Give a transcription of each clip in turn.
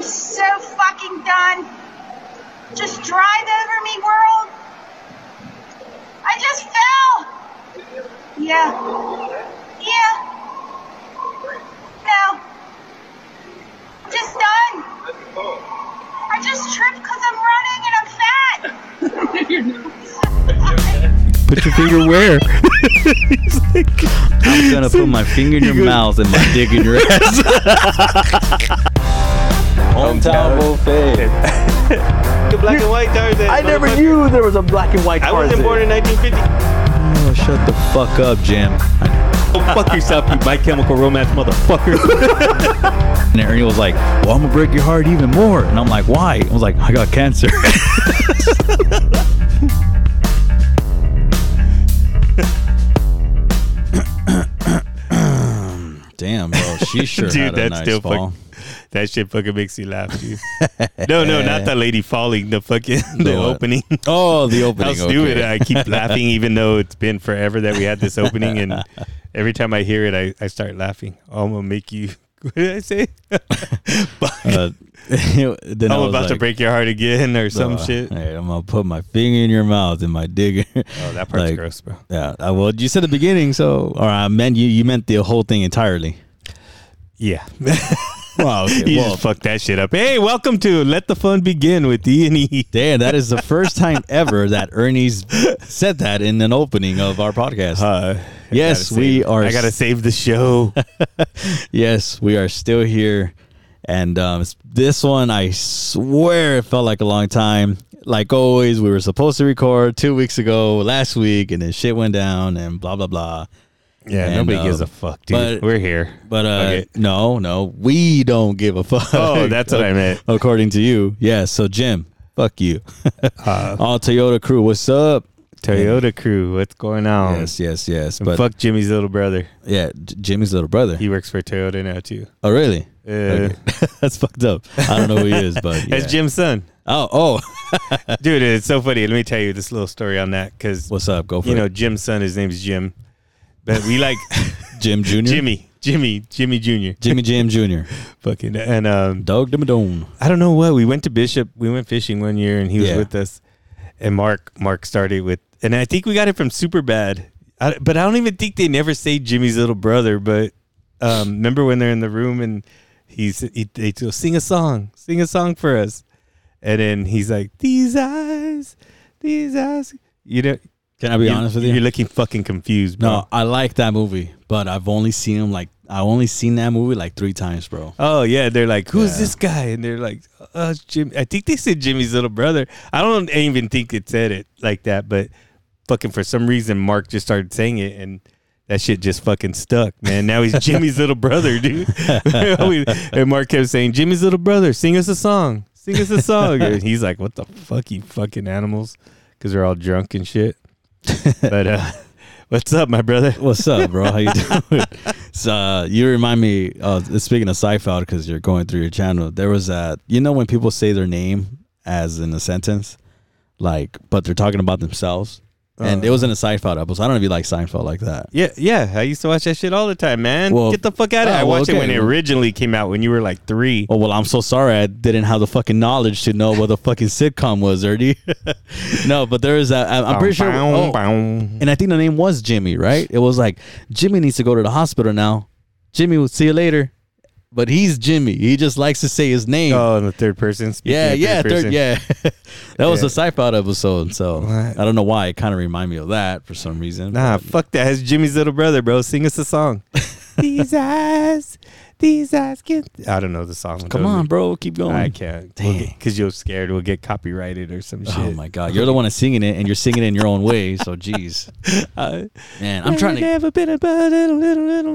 so fucking done. Just drive over me, world. I just fell. Yeah. Yeah. No. I'm just done. I just tripped because I'm running and I'm fat. Put your finger where? He's like- I'm gonna put my finger in your He goes- mouth and my dick in your ass. Hometown buffet. The black and white Thursday. I never motherfucker. knew there was a black and white I wasn't born in 1950. Oh, shut the fuck up, Jim. Go fuck yourself, you My Chemical Romance motherfucker. And Ernie was like, "Well, I'm gonna break your heart even more." And I'm like, "Why?" I was like, "I got cancer." Damn, bro, she sure Dude, had a that's nice still fall. that shit fucking makes you laugh, dude. No, no, not the lady falling. The fucking the, The what? opening. Oh, the opening. How stupid! okay. I keep laughing, even though it's been forever that we had this opening, and every time I hear it, I, I start laughing. I'm gonna make you. What did I say? Fuck. Uh, then I I'm was about to like, break your heart again, or uh, some shit. hey, I'm gonna put my finger in your mouth and my dick. in- Oh, that part's like, gross, bro. Yeah. I- Well, you said the beginning, so or I meant you. You meant the whole thing entirely. Yeah, Wow. Okay. you well, just fucked that shit up. Hey, welcome to Let the Fun Begin with E and E. damn, that is the first time ever that Ernie's said that in an opening of our podcast. Uh, yes, gotta we save- are. I gotta s- save the show. Yes, we are still here, and um, s- this one I swear it felt like a long time. Like always, we were supposed to record two weeks ago, last week, and then shit went down, and blah blah blah. Yeah, And, nobody uh, gives a fuck, dude. but- We're here. But uh, Okay. no, no, we don't give a fuck. Oh, that's what I meant. According to you, yeah. So Jim, fuck you. Uh, All Toyota crew, what's up? Toyota crew, what's going on? Yes, yes, yes. And But um, fuck Jimmy's little brother. yeah, J- Jimmy's little brother. He works for Toyota now too. oh, really? Uh, Okay. that's fucked up. I don't know who he is, but yeah. That's Jim's son, Oh, oh, dude. It's so funny. Let me tell you this little story on that because what's up? Go for you know it. Jim's son. His name's Jim, but we like Jim Jr. Jimmy, Jimmy, Jimmy Junior. Jimmy Jam Jr. Fucking and um, Dog Dimadone. I don't know what we went to Bishop. We went fishing one year, and he was Yeah. with us. And Mark, Mark started with, and I think we got it from Superbad. I, but I don't even think they never say Jimmy's little brother. But um, remember when they're in the room and he's he, they go sing a song, sing a song for us, and then he's like, "These eyes, these eyes." You know, Can I be you're- honest with you? Oh. You're looking fucking confused, bro. no, I like that movie, but I've only seen him like I only seen that movie like three times, bro. Oh yeah, they're like, who's Yeah. this guy? And they're like, uh, it's Jim. I think they said Jimmy's little brother. I don't even think it said it like that, but fucking for some reason, Mark just started saying it, and that shit just fucking stuck, man. Now he's Jimmy's little brother, dude. and Mark kept saying, Jimmy's little brother, sing us a song, sing us a song. and he's like, what the fuck, you fucking animals? Because they're all drunk and shit. But uh, what's up, my brother? What's up, bro? How you doing? so uh, you remind me. Uh, speaking of Seifeld, because you're going through your channel, there was that. You know when people say their name as in a sentence, like, but they're talking about themselves, and it was in a Seinfeld episode. I don't know if you like Seinfeld like that. Yeah, yeah. I used to watch that shit all the time, man. Well- Get the fuck out of here. Oh, I well, watched it when okay. it originally came out when you were like three. Oh well, I'm so sorry I didn't have the fucking knowledge to know what the fucking sitcom was, Ernie. no, but there is that. I'm, I'm pretty sure. Bow, oh, bow. and I think the name was Jimmy, right? It was like Jimmy needs to go to the hospital now. Jimmy, will see you later. But he's Jimmy. He just likes to say his name. Oh, in the third person. speaking yeah, in yeah, third, person. yeah. that was Yeah. a sci-fi episode, so What? I don't know why it kind of reminded me of that for some reason. Nah, fuck that. That's Jimmy's little brother, bro. Sing us a song. these eyes, these eyes can. I don't know the song. come on, bro, keep going. I can't. Dang. Because you're scared we'll get copyrighted or some shit. Oh my god, you're the one that's singing it, and you're singing it in your own way. So, jeez, I- man, I'm trying to Never been about it, little, little,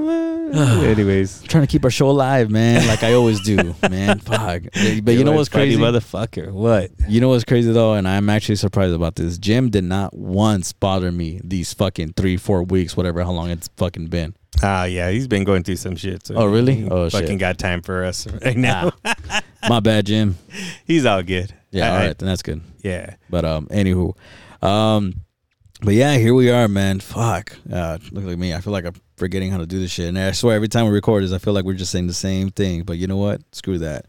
little. Anyways. trying to keep our show alive, man, like I always do, man. Fuck, but you know You're a what's funny crazy? Motherfucker. What? You know what's crazy though, and I'm actually surprised about this. Jim did not once bother me these fucking three, four weeks, whatever, how long it's fucking been. Ah, yeah, he's been going through some shit. So Oh, really? he Oh, fucking shit. got time for us right now. Ah. My bad, Jim. he's all good. Yeah, I- all I- right, then that's good. yeah. But um, anywho, um, but yeah, here we are, man. Fuck, uh, look like me. I feel like I'm forgetting how to do this shit, and I swear every time we record this, I feel like we're just saying the same thing. But you know what? Screw that.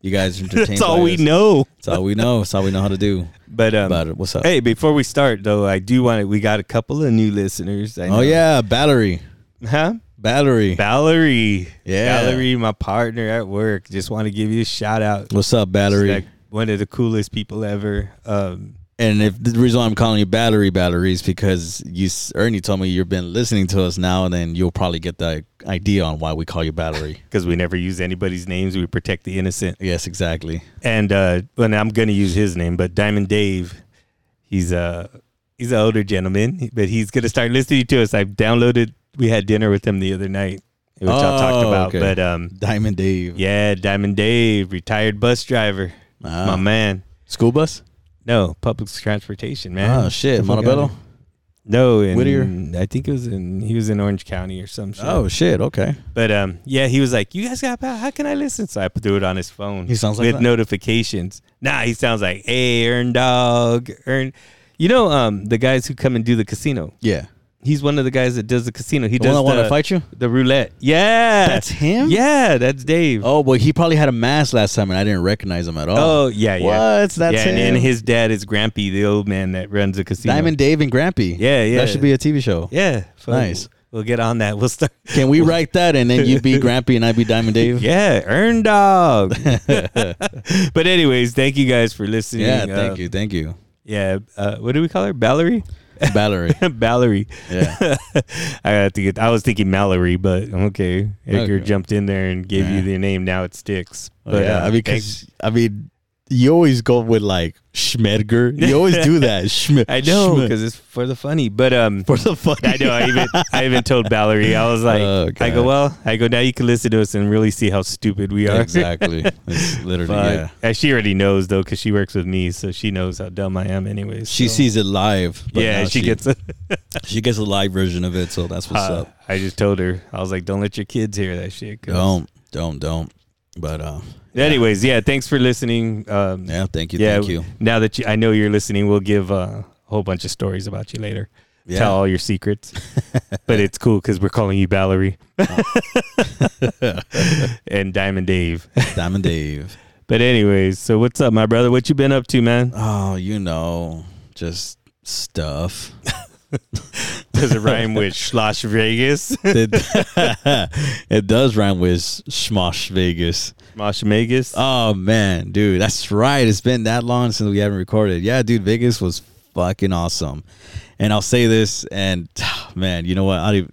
You guys are entertained. That's by all we us. know. That's all we know. That's all we know how to do. But um, But what's up? hey, before we start though, I do want to. We got a couple of new listeners. I know. Oh yeah, Battery. huh? Battery. Valerie. Yeah. Valerie, my partner at work. Just want to give you a shout out. What's up, Battery? Like one of the coolest people ever. Um, and if the reason why I'm calling you Battery Battery is because you s- Ernie told me you've been listening to us now, and then you'll probably get the idea on why we call you Battery. because we never use anybody's names. We protect the innocent. yes, exactly. And uh, well, I'm gonna use his name, but Diamond Dave. He's a he's an older gentleman, but he's gonna start listening to us. I downloaded. We had dinner with him the other night, which I talked Oh, about. okay. But um, Diamond Dave. yeah, Diamond Dave, retired bus driver, Ah. my man. School bus. No, public transportation, man. Oh shit, I forgot Montebello. it. No, in, Whittier? I think it was in he was in Orange County or some shit. Oh shit. Okay. But um, yeah, he was like, "You guys got power? How can I listen?" So I threw it on his phone. He sounds like with that? notifications. Nah, he sounds like, "Hey, Earn Dog, Earn." You know, um, the guys who come and do the casino. Yeah. He's one of the guys that does the casino. He The does one that wanted the, to fight you? the roulette. Yeah, That's him? Yeah, that's Dave. Oh well, he probably had a mask last time, and I didn't recognize him at all. Oh, yeah, yeah. What? That's yeah, and, him. and his dad is Grampy, the old man that runs the casino. Diamond Dave and Grampy. Yeah, yeah. That should be a TV show. Yeah, fuck, Nice. We'll get on that. We'll start. Can we write that and then you be Grampy and I be Diamond Dave? Yeah, Earn Dog. but anyways, thank you guys for listening. Yeah, Uh, thank you, thank you, Yeah, uh, what do we call her? Ballery? Battery. Ballery. Yeah, I have to get. I was thinking Mallory, but okay. Edgar Okay. jumped in there and gave Yeah. you the name. Now it sticks. but, But, Oh, yeah. uh, I mean, thank- 'cause- I mean, you always go with like Schmedger. You always do that. Schm- I know Schm- because it's for the funny. But um, for the fuck. I know. I even I even told Ballery. I was like, Oh, I God. go well. I go now. You can listen to us and really see how stupid we are. exactly. It's literally. But yeah. uh, she already knows though, because she works with me, so she knows how dumb I am. Anyways, She so- sees it live. but Yeah, now she, gets. A, she gets a live version of it, so that's what's uh, up. I just told her. I was like, don't let your kids hear that shit. 'cause- Don't, don't, don't. But uh, Anyways, yeah, thanks for listening. Um, yeah, thank you, yeah, thank you. Now that you, I know you're listening, we'll give uh, a whole bunch of stories about you later. Yeah. Tell all your secrets. but it's cool because we're calling you Ballery and Diamond Dave. Diamond Dave. But anyways, so what's up, my brother? What you been up to, man? Oh, you know, just stuff. Does it rhyme with Schloss Vegas, it, it does rhyme with Schmosh Vegas. Mosh Vegas? Oh man, dude, that's right. It's been that long since we haven't recorded. Yeah, dude, Vegas was fucking awesome. And I'll say this, and man, you know what? I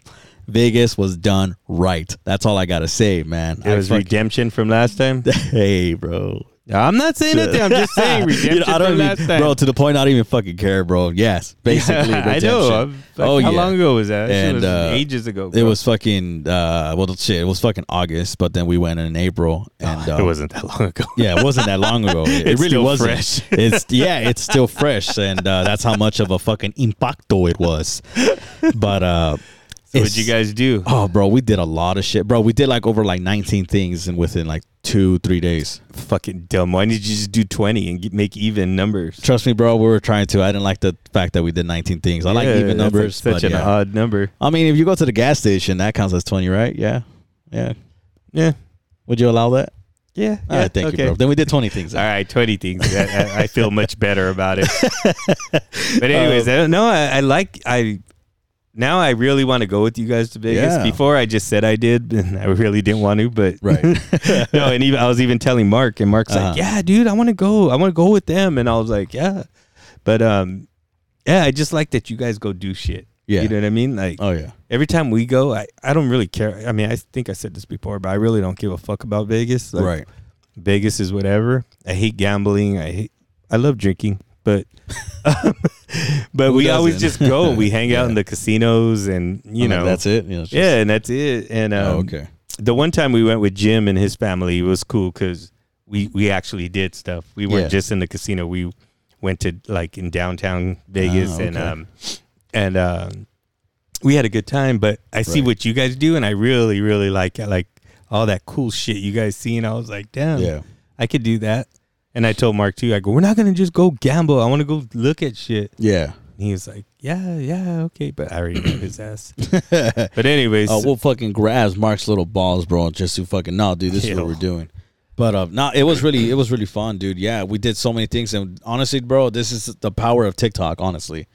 Vegas was done right. That's all I gotta say, man. it I was fuck- redemption from last time. hey, bro. I'm not saying nothing. I'm just saying You know, redemption I don't from even, last time. bro. To the point, I don't even fucking care, bro. Yes, basically. I know. I'm- redemption. Oh, like, how long ago was that? That shit And, was uh, ages ago. It bro. was fucking uh well shit, it was fucking August, but then we went in April and uh, It wasn't that long ago. yeah, it wasn't that long ago. It, it It's really still wasn't. fresh. It's yeah, it's still fresh and uh, that's how much of a fucking impacto it was. But uh What'd it's- you guys do? Oh bro, we did a lot of shit. Bro, we did like over like 19 things and within like 2 3 days. Fucking dumb. Why didn't you just do 20 and get, make even numbers? Trust me, bro, we were trying to. I didn't like the fact that we did 19 things. I like Yeah, even that's, like, numbers, Such but an yeah. odd number. I mean, if you go to the gas station, that counts as 20, right? Yeah. Yeah. Yeah. Would you allow that? Yeah. All right, Ah, thank you, bro. Then we did 20 things. All right, 20 things. I, I, I feel much better about it. but anyways, Um, I don't know. I, I like, I, now I really want to go with you guys to Vegas. Yeah. Before I just said I did, and I really didn't want to, but no, and even I was even telling Mark, and Mark's Uh-huh. like, "Yeah, dude, I want to go. I want to go with them." And I was like, "Yeah," but um, yeah, I just like that you guys go do shit. Yeah. you know what I mean. Like oh, yeah. every time we go, I I don't really care. I mean, I think I said this before, but I really don't give a fuck about Vegas. Like, right. Vegas is whatever. I hate gambling. I hate. I love drinking, but. but Who we always just doesn't? go. We hang out Yeah. in the casinos, and you I'm like, know that's it. You know, it's just- yeah, and that's it. And um, Oh, okay. the one time we went with Jim and his family, it was cool because we we actually did stuff. We weren't Yeah. just in the casino. We went to like in downtown Vegas Ah, and okay. um and um we had a good time. But I see Right. what you guys do, and I really really like it. like all that cool shit you guys see. And I was like, damn, Yeah. I could do that. And I told Mark too. I go, we're not gonna just go gamble. I want to go look at shit. Yeah. And he was like, yeah, yeah, okay. But I already knew his ass. but anyways, Oh, we'll fucking grab Mark's little balls, bro, and just to fucking, no, dude, this is Ew. what we're doing. But uh, no, it was really it was really fun, dude. Yeah, we did so many things, and honestly, bro, this is the power of TikTok. Honestly,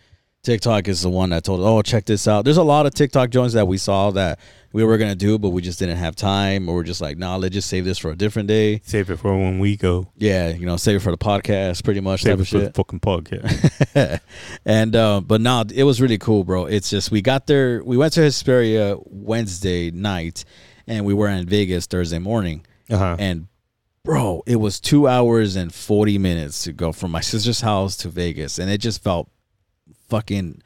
TikTok is the one that told, us, oh, check this out. There's a lot of TikTok joints that we saw that we were gonna do, but we just didn't have time, or we're just like, nah, let's just save this for a different day. Save it for when we go. Yeah, you know, save it for the podcast, pretty much. Save type it of for shit the fucking podcast. and uh, but no, it was really cool, bro. It's just we got there. We went to Hesperia Wednesday night, and we were in Vegas Thursday morning. Uh-huh. And bro, it was two hours and forty minutes to go from my sister's house to Vegas, and it just felt fucking.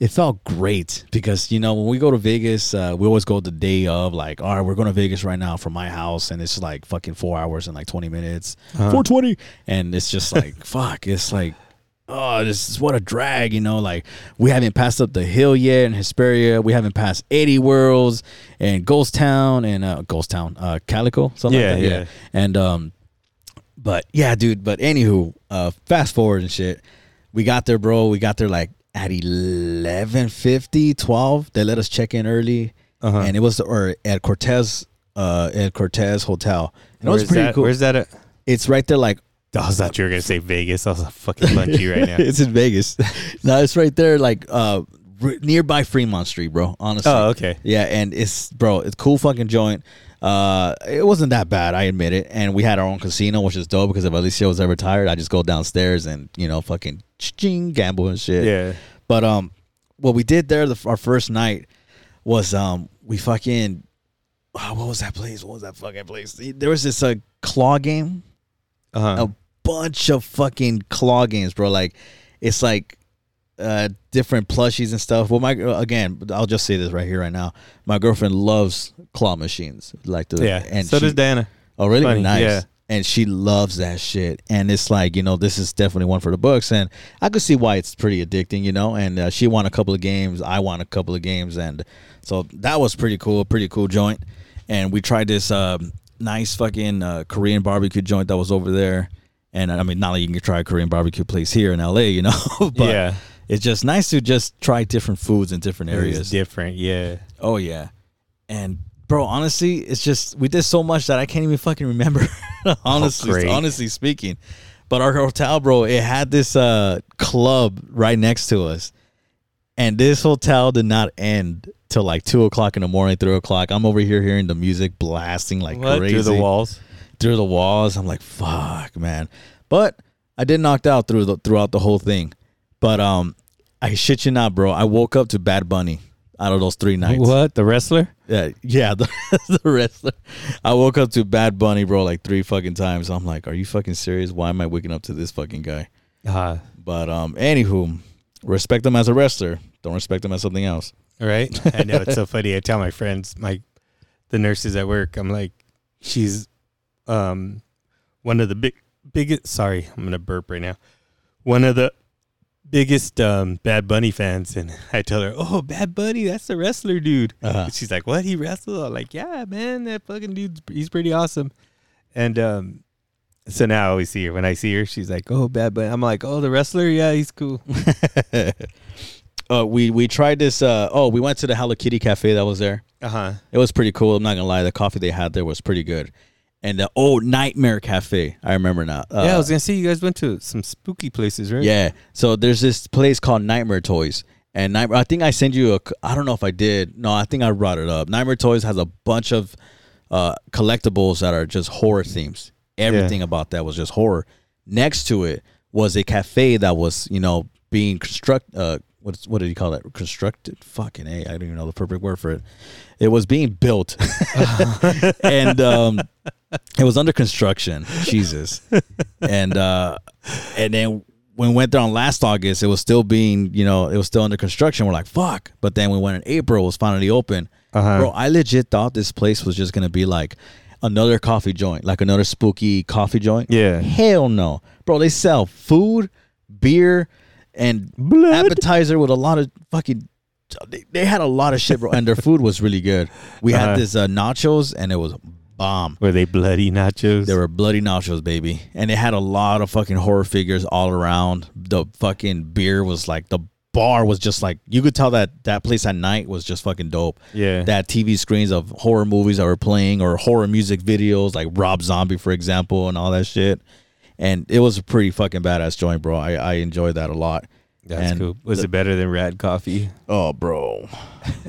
It felt great because you know when we go to Vegas, uh, we always go the day of. Like, all right, we're going to Vegas right now from my house, and it's like fucking four hours and like twenty minutes, four twenty, and it's just like fuck. It's like oh, this is what a drag, you know. Like we haven't passed up the hill yet in Hesperia. We haven't passed 80 worlds and Ghost Town and uh, Ghost Town, uh, Calico, something Yeah, like that. Yeah. yeah. And um, but yeah, dude. But anywho, uh, fast forward and shit. We got there, bro. We got there like at 11:50, 12. They let us check in early, and it was or at Cortez, uh, at Cortez Hotel. And it was Where's pretty that- cool. Where's that? At? It's right there, like I was thought you were gonna say Vegas. I was fucking punchy right now. it's in Vegas. no, it's right there, like uh, r- nearby Fremont Street, bro. Honestly. Oh, okay. Yeah, and it's bro, it's cool fucking joint. Uh, it wasn't that bad, I admit it. And we had our own casino, which is dope because if Alicia was ever tired, I just go downstairs and you know fucking ching gamble and shit. Yeah. But um, what we did there, the, our first night was um, we fucking ah, what was that place? What was that fucking place? There was this uh, claw game Uh-huh. a bunch of fucking claw games, bro. Like it's like uh different plushies and stuff. Well, my uh, again, I'll just say this right here, right now. My girlfriend loves claw machines, like the yeah. Oh, And so she, does Dana. Oh, really? Funny, Nice. yeah. And she loves that shit. And it's like, you know, this is definitely one for the books. And I could see why it's pretty addicting, you know. And uh, she won a couple of games. I won a couple of games. And so that was pretty cool, pretty cool joint. And we tried this um, nice fucking uh, Korean barbecue joint that was over there. And I mean, not like you can try a Korean barbecue place here in LA, you know, but Yeah. it's just nice to just try different foods in different It's areas. different. Yeah. Oh yeah, and bro, honestly, it's just we did so much that I can't even fucking remember. honestly, great. honestly speaking, but our hotel, bro, it had this uh club right next to us, and this hotel did not end till like two o'clock in the morning, three o'clock. I'm over here hearing the music blasting like What crazy through the walls? through the walls. I'm like, fuck, man. But I did knocked out through the, throughout the whole thing. But um, I shit you not, bro. I woke up to Bad Bunny out of those three nights. What the wrestler? Yeah, yeah, the, the wrestler. I woke up to Bad Bunny, bro, like three fucking times. I'm like, are you fucking serious? Why am I waking up to this fucking guy? Uh, But um, anywho, respect him as a wrestler. Don't respect him as something else. right? I know it's so funny. I tell my friends, my the nurses at work, I'm like, she's um one of the big biggest. Sorry, I'm gonna burp right now. One of the biggest um Bad Bunny fans, and I tell her, "Oh, Bad Bunny, that's the wrestler dude." Uh-huh. She's like, "What? He wrestled?" I'm like, "Yeah, man, that fucking dude's he's pretty awesome." And um, so now I always see her. When I see her, she's like, "Oh, Bad Bunny." I'm like, "Oh, the wrestler? Yeah, he's cool." Uh, we we tried this. Uh, oh, we went to the Hello Kitty cafe that was there. Uh huh. It was pretty cool. I'm not gonna lie, the coffee they had there was pretty good. And the old Nightmare Cafe, I remember now. Uh, yeah, I was gonna say you guys went to some spooky places, right? Yeah. So there's this place called Nightmare Toys. And Nightmare, I think I sent you a, c- I don't know if I did. No, I think I brought it up. Nightmare Toys has a bunch of uh, collectibles that are just horror themes. Everything about that was just horror. Next to it was a cafe that was, you know, being construct, uh, what's, what did you call it? Constructed? Fucking A. I don't even know the perfect word for it. It was being built. and, um, it was under construction. Jesus. and uh and then when we went there on last August, it was still being, you know, it was still under construction. We're like, fuck. But then we went in April, it was finally open. Uh-huh. Bro, I legit thought this place was just gonna be like another coffee joint, like another spooky coffee joint. Yeah. Hell no. Bro, they sell food, beer, and appetizer with a lot of fucking they, they had a lot of shit, bro. And their food was really good. We had Uh-huh. this uh, nachos and it was bomb. Were they bloody nachos? They were bloody nachos, baby. And it had a lot of fucking horror figures all around. The fucking beer was like the bar was just like you could tell that that place at night was just fucking dope. Yeah. that TV screens of horror movies that were playing or horror music videos like Rob Zombie for example and all that shit. And it was a pretty fucking badass joint, bro. I, I enjoyed that a lot. That's And cool. Was it better than Rad Coffee? Oh, bro.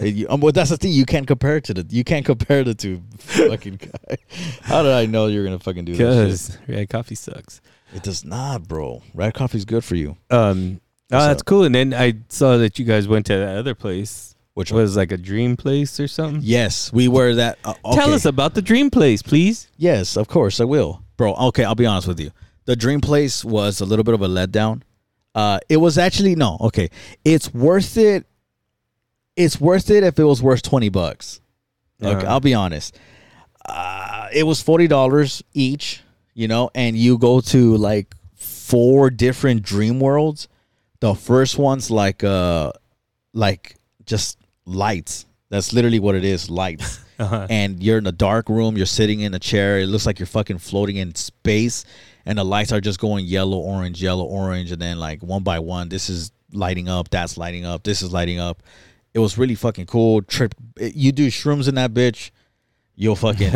You- um, well, that's the thing. You can't compare it to the. You can't compare the two. Fucking guy. How did I know you're gonna fucking do this? Because Rad Coffee sucks. Shit? It does not, bro. Red coffee's good for you. Um, oh, So- that's cool. And then I saw that you guys went to that other place, Which one? was like a dream place or something. Yes, we were that. Uh, Tell okay. us about the dream place, please. Yes, of course I will, bro. Okay, I'll be honest with you. The dream place was a little bit of a letdown. Uh, it was actually no. Okay, it's worth it. It's worth it if it was worth twenty bucks. Okay, Uh-huh. I'll be honest. Uh, it was forty dollars each, you know, and you go to like four different dream worlds. The first one's like uh, like just lights. That's literally what it is, lights. And you're in a dark room. You're sitting in a chair. It looks like you're fucking floating in space, and the lights are just going yellow, orange, yellow, orange, and then like one by one, this is lighting up, that's lighting up, this is lighting up. It was really fucking cool. Trip. You do shrooms in that bitch you'll fucking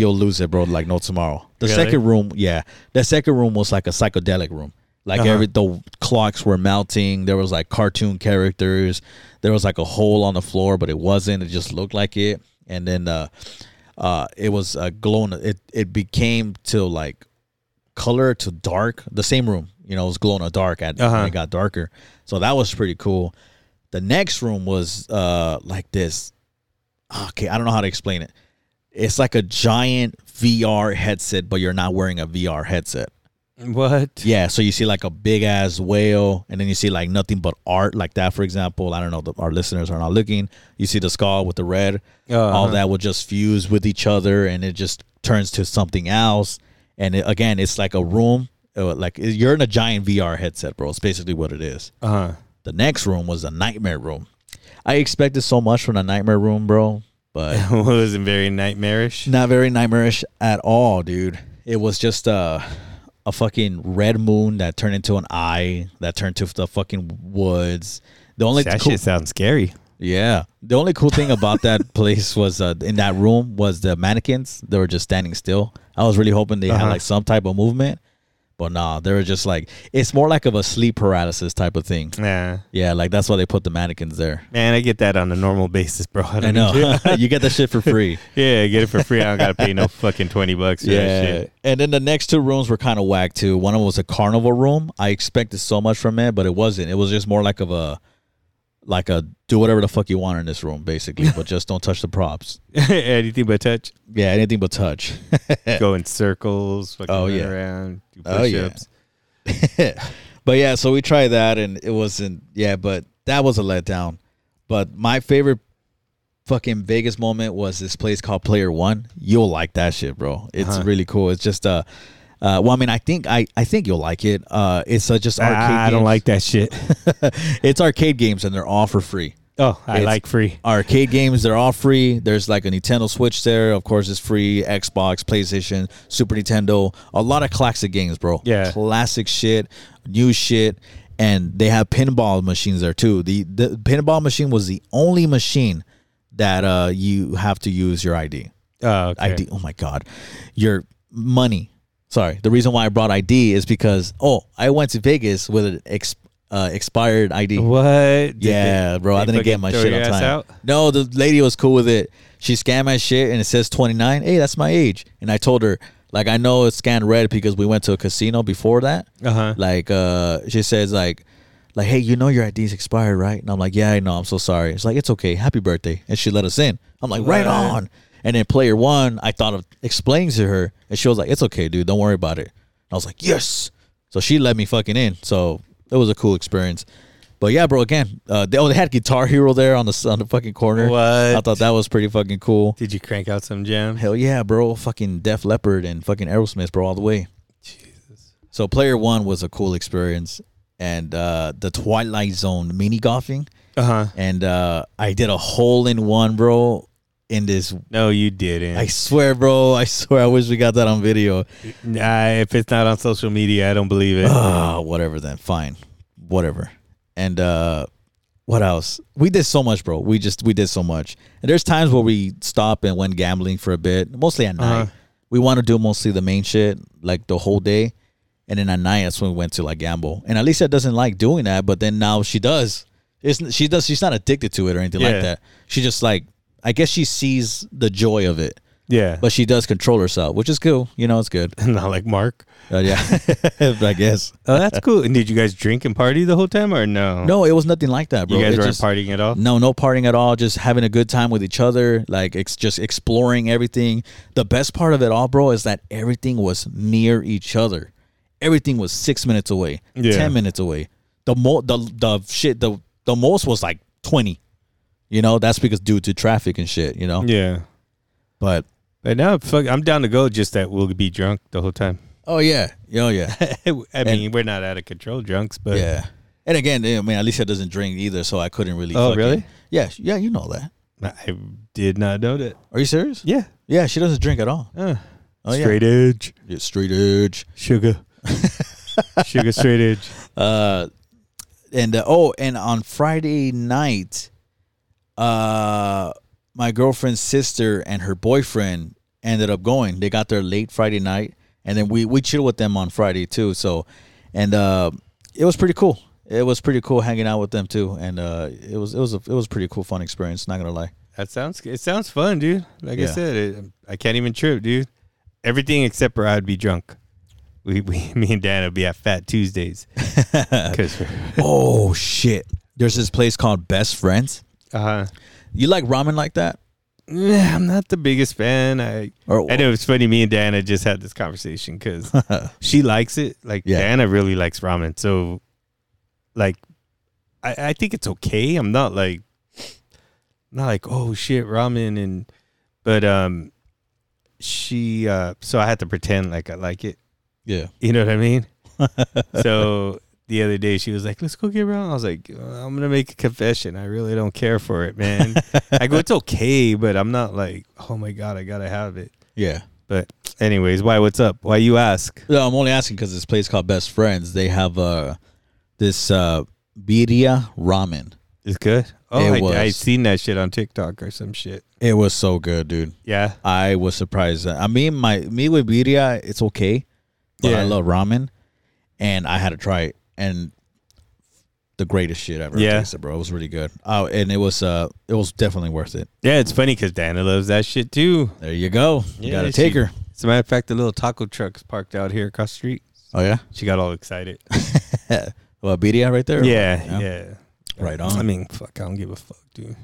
you'll lose it, bro. Like no tomorrow. The Really? second room, yeah, the second room was like a psychedelic room. Like Uh-huh. every the clocks were melting. There was like cartoon characters. There was like a hole on the floor, but it wasn't. It just looked like it. And then uh, uh, it was uh, glowing. It it became to like color to dark. The same room, you know, it was glowing a dark. At when Uh-huh. it got darker, so that was pretty cool. The next room was uh like this. Ah, Okay, I don't know how to explain it it's like a giant VR headset, but you're not wearing a VR headset. What? Yeah, so you see like a big ass whale, and then you see like nothing but art, like that, for example. I don't know, the, our listeners are not looking. You see the skull with the red. All Uh-huh. that will just fuse with each other, and it just turns to something else. And it, again, it's like a room, uh, like you're in a giant VR headset, bro. It's basically what it is. Uh huh. The next room was a nightmare room. I expected so much from the nightmare room, bro, but it wasn't very nightmarish. not very nightmarish at all, dude. It was just uh, a fucking red moon that turned into an eye that turned to the fucking woods. The only that cool, shit sounds scary. yeah, the only cool thing about that place was uh, in that room was the mannequins. They were just standing still. I was really hoping they had Uh-huh. like some type of movement, but nah, they were just like it's more like of a sleep paralysis type of thing. Nah, Yeah, like that's why they put the mannequins there. man, I get that on a normal basis, bro. I, I don't know know. you get that shit for free. yeah, I get it for free. I don't gotta pay no fucking twenty bucks for that shit. And then the next two rooms were kind of whack too. One of them was a carnival room. I expected so much from it, but it wasn't. It was just more like of a like a do whatever the fuck you want in this room, basically, but just don't touch the props. Anything but touch. Yeah, anything but touch. Go in circles. Fucking Oh, run yeah. Around. Do Oh, yeah. push-ups. but yeah, so we tried that and it wasn't yeah, but that was a letdown. But my favorite fucking Vegas moment was this place called Player One. You'll like that shit, bro. It's Uh-huh. really cool. It's just uh uh, well, I mean, I think I, I think you'll like it. Uh, it's uh, just arcade. Ah, I don't games. like that shit. it's arcade games and they're all for free. Oh, I It's- like free. Arcade games, they're all free. There's like a Nintendo Switch there. Of course, it's free. Xbox, PlayStation, Super Nintendo. A lot of classic games, bro. Yeah. Classic shit, new shit. And they have pinball machines there too. The, the pinball machine was the only machine that uh, you have to use your ID. Oh, okay. ID. Oh my God, your money. Sorry. The reason why I brought ID is because oh, I went to Vegas with an ex- uh, expired ID. What? Did yeah, they- bro. I they didn't get fucking my throw shit your on ass time. out? No, the lady was cool with it. She scanned my shit and it says 29. Hey, that's my age. And I told her like I know it's scanned red because we went to a casino before that. Uh-huh. Like uh, she says like. Like, hey, you know your ID's expired, right? And I'm like, yeah, I know. I'm so sorry. It's like, it's okay. Happy birthday. And she let us in. I'm like, right Right. on. And then player one, I thought of explaining to her, and she was like, "It's okay, dude. Don't worry about it." And I was like, "Yes." So she let me fucking in. So it was a cool experience. But yeah, bro. Again, uh, they, oh, they had Guitar Hero there on the s- on the fucking corner. What? I thought that was pretty fucking cool. Did you crank out some jam? Hell yeah, bro. Fucking Def Leppard and fucking Aerosmith, bro, all the way. So player one was a cool experience, and uh, the Twilight Zone mini golfing, Uh huh. and uh, I did a hole in one, bro. In this No, you didn't. I swear, bro. I swear. I wish we got that on video. Nah, if it's not on Uh, social media, I don't believe it. Ah, whatever then. Fine. Whatever. And uh what else? We did so much, bro. We just we did so much. And there's times where we stop and went gambling for a bit, mostly at night. Uh-huh. We want to do mostly the main shit like the whole day, and then at night that's when we went to like gamble. And Alicia doesn't like doing that, but then now she does. It's, she does. She's not addicted to it or anything Yeah. like that. She just like I guess she sees the joy of it, Yeah. but she does control herself, which is cool. You know, it's good. not like Mark. Uh, yeah, I guess. Oh, that's cool. And did you guys drink and party the whole time or no? No, it was nothing like that, bro. Oh. You guys It weren't just- partying at all? No, no partying at all. Just having a good time with each other. Like it's just exploring everything. The best part of it all, bro, is that everything was near each other. Everything was six minutes away, Yeah. ten minutes away. The mo the the shit the the most was like twenty. You know, that's because due to traffic and shit. You know, Yeah. but But now fuck, I'm down to go just that we'll be drunk the whole time. oh yeah, oh yeah, I mean, we're not out of control drunks, but yeah. And again, I mean, Alicia doesn't drink either, so I couldn't really. Oh, fucking- really? Yeah, sh- yeah. You know that. I did not know that. Are you serious? Yeah. Yeah, she doesn't drink at all. Uh, Oh straight edge. yeah, yeah straight edge. Sugar. Sugar straight edge. Uh, and uh, oh, and on Friday night, uh, my girlfriend's sister and her boyfriend ended up going. They got there late Friday night, and then we we chilled with them on Friday too. So, and uh, it was pretty cool. It was pretty cool hanging out with them too, and uh, it was it was a, it was a pretty cool, fun experience. Not gonna lie. That sounds it sounds fun, dude. Like I Yeah. said, it, I can't even trip, dude. Everything except for I'd be drunk. We, we me and Dan would be at Fat Tuesdays. Cause we're- oh shit! There's this place called Best Friends. uh, You like ramen like that? nah, I'm not the biggest fan. I Or- I know it's funny. Me and Dana just had this conversation because she likes it. Like Yeah. Dana really likes ramen, so like I, I think it's okay. I'm not like not like oh shit ramen and but um she uh so I had to pretend like I like it. Yeah. You know what I mean? so the other day she was like, "Let's go get ramen." I was like, "Uh, "I'm gonna make a confession. I really don't care for it, man." I go, "It's okay, but I'm not like, oh my god, I gotta have it." Yeah. But anyways, why? What's up? Why you ask? No, I'm only asking because this place called Best Friends. They have uh this uh birria ramen. It's good. Oh, It I, was. I seen that shit on TikTok or some shit. It was so good, dude. Yeah, I was surprised. I mean, my me with birria, it's okay, but Yeah. I love ramen, and I had to try it, and the greatest shit I ever Yeah. tasted, bro. It was really good. Oh, and it was uh, it was definitely worth it. yeah. It's funny because Dana loves that shit too. There you go. You gotta Yeah, take she- her. As a matter of fact, the little taco truck's parked out here across the street. Oh yeah. She got all excited. Well, birria right there. yeah, yeah. Right I on. mean, fuck. I don't give a fuck, dude.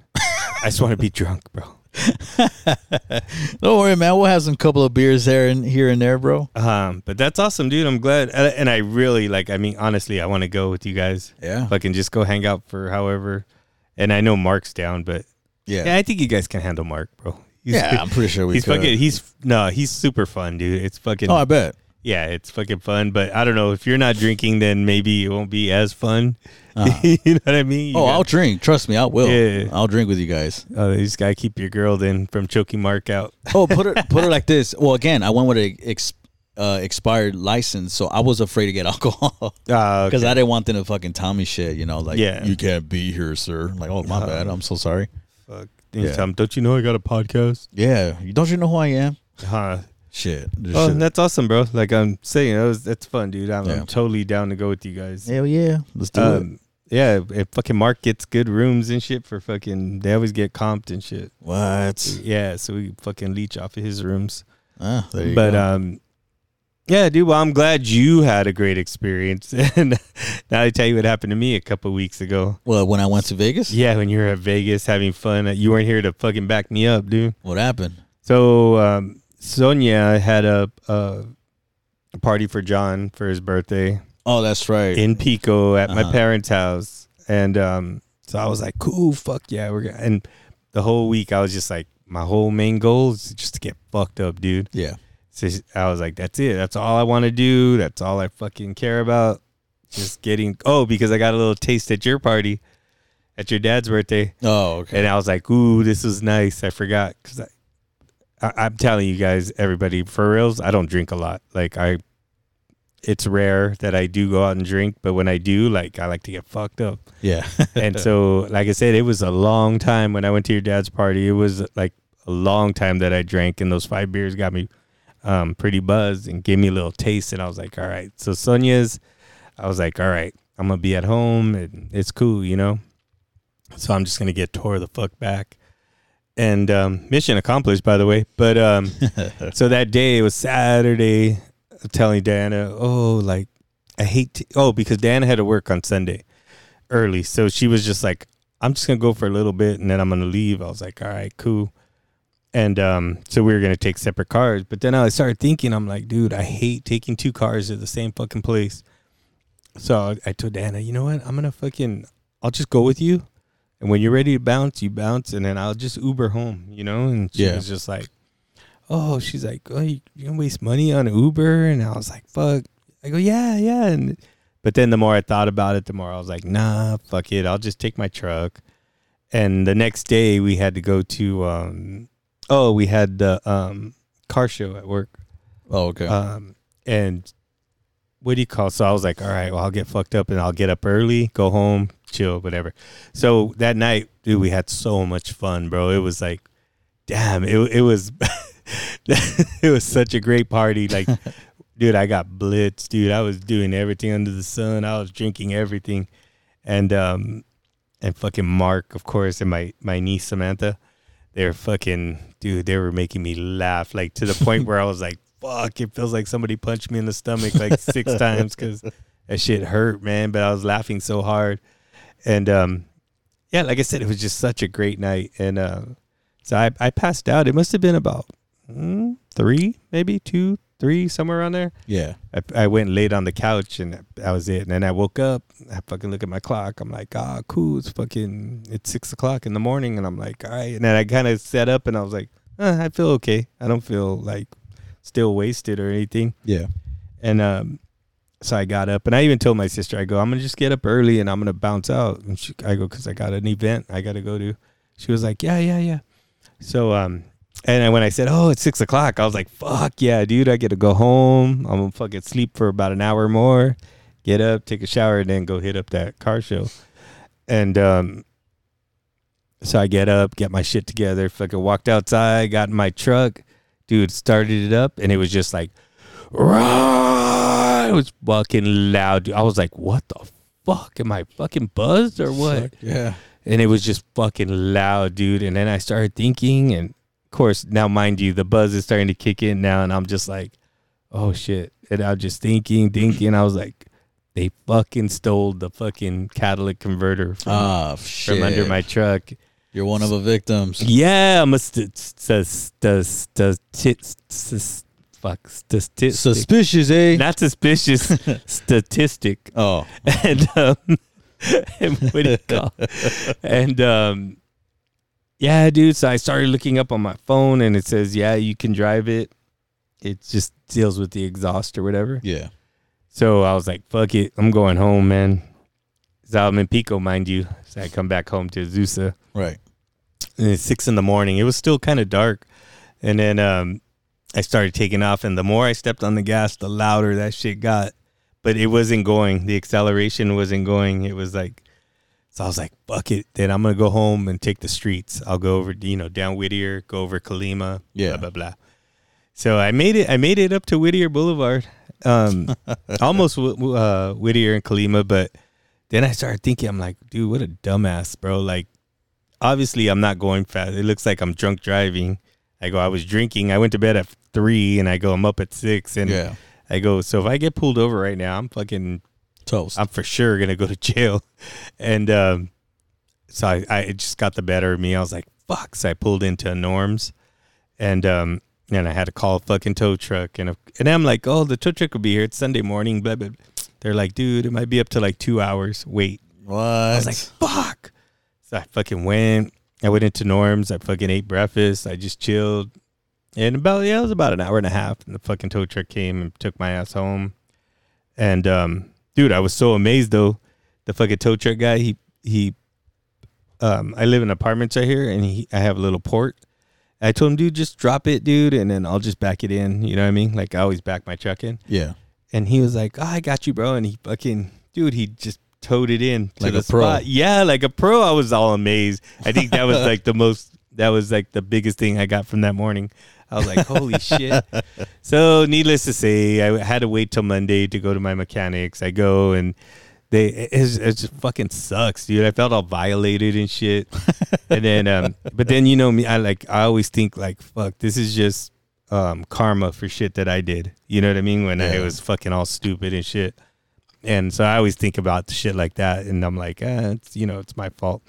I just want to be drunk, bro. Don't worry, man. We'll have some couple of beers there and here and there, bro. Um, but that's awesome, dude. I'm glad, and and I really like. I mean, honestly, I want to go with you guys. Yeah. Fucking just go hang out for however. And I know Mark's down, but Yeah. yeah, I think you guys can handle Mark, bro. He's- Yeah, I'm pretty sure we he's could. fucking. He's no, he's super fun, dude. It's fucking. Oh, I bet. yeah, it's fucking fun. But I don't know if you're not drinking, then maybe it won't be as fun. you know what I mean? You Oh, got- I'll drink. Trust me, I will. Yeah. I'll drink with you guys. oh, you just gotta keep your girl then from choking Mark out. Oh, put it put it like this. Well, again, I went with an ex, uh, expired license, so I was afraid to get alcohol Uh, because I didn't want them to fucking tell me shit. You know, like Yeah. you can't be here, sir. I'm like, oh my bad, I'm so sorry. fuck. Then you Yeah. tell him, don't you know I got a podcast? Yeah, you- don't you know who I am? Huh. Shit. Just Oh, shit. that's awesome, bro. Like I'm saying, that was, that's fun, dude. I'm, Yeah. I'm totally down to go with you guys. Hell yeah, let's do it. Um, yeah, if fucking Mark gets good rooms and shit for fucking, they always get comped and shit. What? Yeah, so we fucking leech off of his rooms. Ah, there you But go. um, yeah, dude. Well, I'm glad you had a great experience. and now I tell you what happened to me a couple weeks ago. well, when I went to Vegas, Yeah, when you were at Vegas having fun, uh, you weren't here to fucking back me up, dude. what happened? So um, Sonia had a, a a party for John for his birthday Oh, that's right. in Pico at my Uh-huh. parents' house, and um, so I was like, "Cool, fuck yeah, we're gonna." And the whole week, I was just like, my whole main goal is just to get fucked up, dude. yeah. So sh- I was like, that's it. That's all I want to do. That's all I fucking care about. Just getting, oh, because I got a little taste at your party, at your dad's birthday. Oh, okay. And I was like, ooh, this was nice. I forgot. Cause I, I, I'm telling you guys, everybody, for reals, I don't drink a lot. Like, I, it's rare that I do go out and drink, but when I do, like I like to get fucked up. Yeah. and so, like I said, it was a long time when I went to your dad's party. It was like a long time that I drank, and those five beers got me um, pretty buzzed and gave me a little taste. And I was like, all right. So Sonia's, I was like, all right, I'm gonna be at home, and it's cool, you know. So I'm just gonna get tore the fuck back. And um, mission accomplished, by the way. But um, so that day it was Saturday. I'm telling Diana, oh, like I hate. To, oh, because Diana had to work on Sunday early, so she was just like, I'm just gonna go for a little bit and then I'm gonna leave. I was like, all right, cool. And um, so we were gonna take separate cars, but then I started thinking, I'm like, dude, I hate taking two cars to the same fucking place. So I, I told Diana, you know what? I'm gonna fucking, I'll just go with you. And when you're ready to bounce, you bounce, and then I'll just Uber home, you know. And she Yeah. was just like, oh, she's like, oh, you, you gonna waste money on Uber? And I was like, fuck. I go, yeah, yeah. And but then the more I thought about it, the more I was like, nah, fuck it. I'll just take my truck. And the next day we had to go to, um, oh, we had the um, car show at work. oh, okay. Um, and what do you call? So I was like, all right, well, I'll get fucked up and I'll get up early, go home, chill, whatever. So that night, dude, we had so much fun, bro. It was like, damn, it it was, it was such a great party. Like, dude, I got blitzed, dude. I was doing everything under the sun. I was drinking everything, and um, and fucking Mark, of course, and my my niece Samantha they were fucking dude they were making me laugh like to the point where i was like fuck it feels like somebody punched me in the stomach like six times because that shit hurt man but i was laughing so hard and um yeah like i said it was just such a great night and uh so i, I passed out it must have been about mm, three maybe two three somewhere around there yeah. I, I went and laid on the couch and that was it. And then I woke up. I fucking look at my clock. I'm like, ah, cool. It's fucking it's six o'clock in the morning. And I'm like, all right. And then I kind of sat up and I was like, uh, I feel okay. I don't feel like still wasted or anything. Yeah. And um, so I got up and I even told my sister, I go, I'm gonna just get up early and I'm gonna bounce out. And she, I go, cause I got an event I gotta go to. She was like, yeah, yeah, yeah. So um, and then when I said, oh, it's six o'clock, I was like, fuck yeah, dude, I get to go home. I'm gonna fucking sleep for about an hour more, get up, take a shower, and then go hit up that car show. And um, so I get up, get my shit together, fucking walked outside, got in my truck, dude, started it up, and it was just like, Rah! it was fucking loud. dude. I was like, what the fuck? Am I fucking buzzed or what? Yeah. and it was just fucking loud, dude. And then I started thinking, and of course, now mind you, the buzz is starting to kick in now, and I'm just like, oh shit. And I'm just thinking, thinking. I was like, they fucking stole the fucking catalytic converter from, Ah, from shit. under my truck. You're one of the victims. Yeah, I'm a st- st- st- st- st- st- fuck statistic. Suspicious, eh? not suspicious statistic oh, and um, and what do you call? and um, yeah, dude. So I started looking up on my phone, and it says, yeah, you can drive it. It just deals with the exhaust or whatever. yeah. So I was like, fuck it, I'm going home, man. So I'm in Pico, mind you. So I come back home to Azusa, Right. and it's eh, six in the morning. It was still kind of dark, and then um, I started taking off. And the more I stepped on the gas, the louder that shit got. But it wasn't going. The acceleration wasn't going. It was like, so I was like, "Fuck it." Then I'm gonna go home and take the streets. I'll go over, you know, down Whittier, go over Kalima, Yeah. blah blah blah. So I made it. I made it up to Whittier Boulevard, um, almost Wh- Wh- uh, Whittier and Kalima. But then I started thinking, I'm like, dude, what a dumbass, bro. Like, obviously, I'm not going fast. It looks like I'm drunk driving. I go, I was drinking. I went to bed at three, and I go, I'm up at six, and Yeah. I go. So if I get pulled over right now, I'm fucking Toast. I'm for sure gonna go to jail. And um, so I, I it just got the better of me. I was like, fuck. So I pulled into Norms, and um, and I had to call a fucking tow truck, and and I'm like, oh, the tow truck will be here. It's Sunday morning. Blah blah. blah. They're like, dude, it might be up to like two hours. Wait. what? I was like, fuck. So I fucking went. I went into Norms. I fucking ate breakfast. I just chilled. And about yeah, it was about an hour and a half. And the fucking tow truck came and took my ass home. And um, dude, I was so amazed though. The fucking tow truck guy, he he um I live in apartments right here and he I have a little port. I told him, dude, just drop it, dude, and then I'll just back it in. You know what I mean? Like I always back my truck in yeah. and he was like, oh, "I got you, bro," and he fucking dude, he just towed it in to Like the a pro. spot. Yeah, like a pro. I was all amazed. I think that was like the most. That was like the biggest thing I got from that morning. I was like, "Holy shit!" So, needless to say, I had to wait till Monday to go to my mechanics. I go and they it, it's- it just fucking sucks, dude. I felt all violated and shit. and then, um, but then you know me, I like I always think like, fuck, this is just um, karma for shit that I did. You know what I mean? When I Yeah. was fucking all stupid and shit. And so I always think about shit like that, and I'm like, eh, it's you know, it's my fault.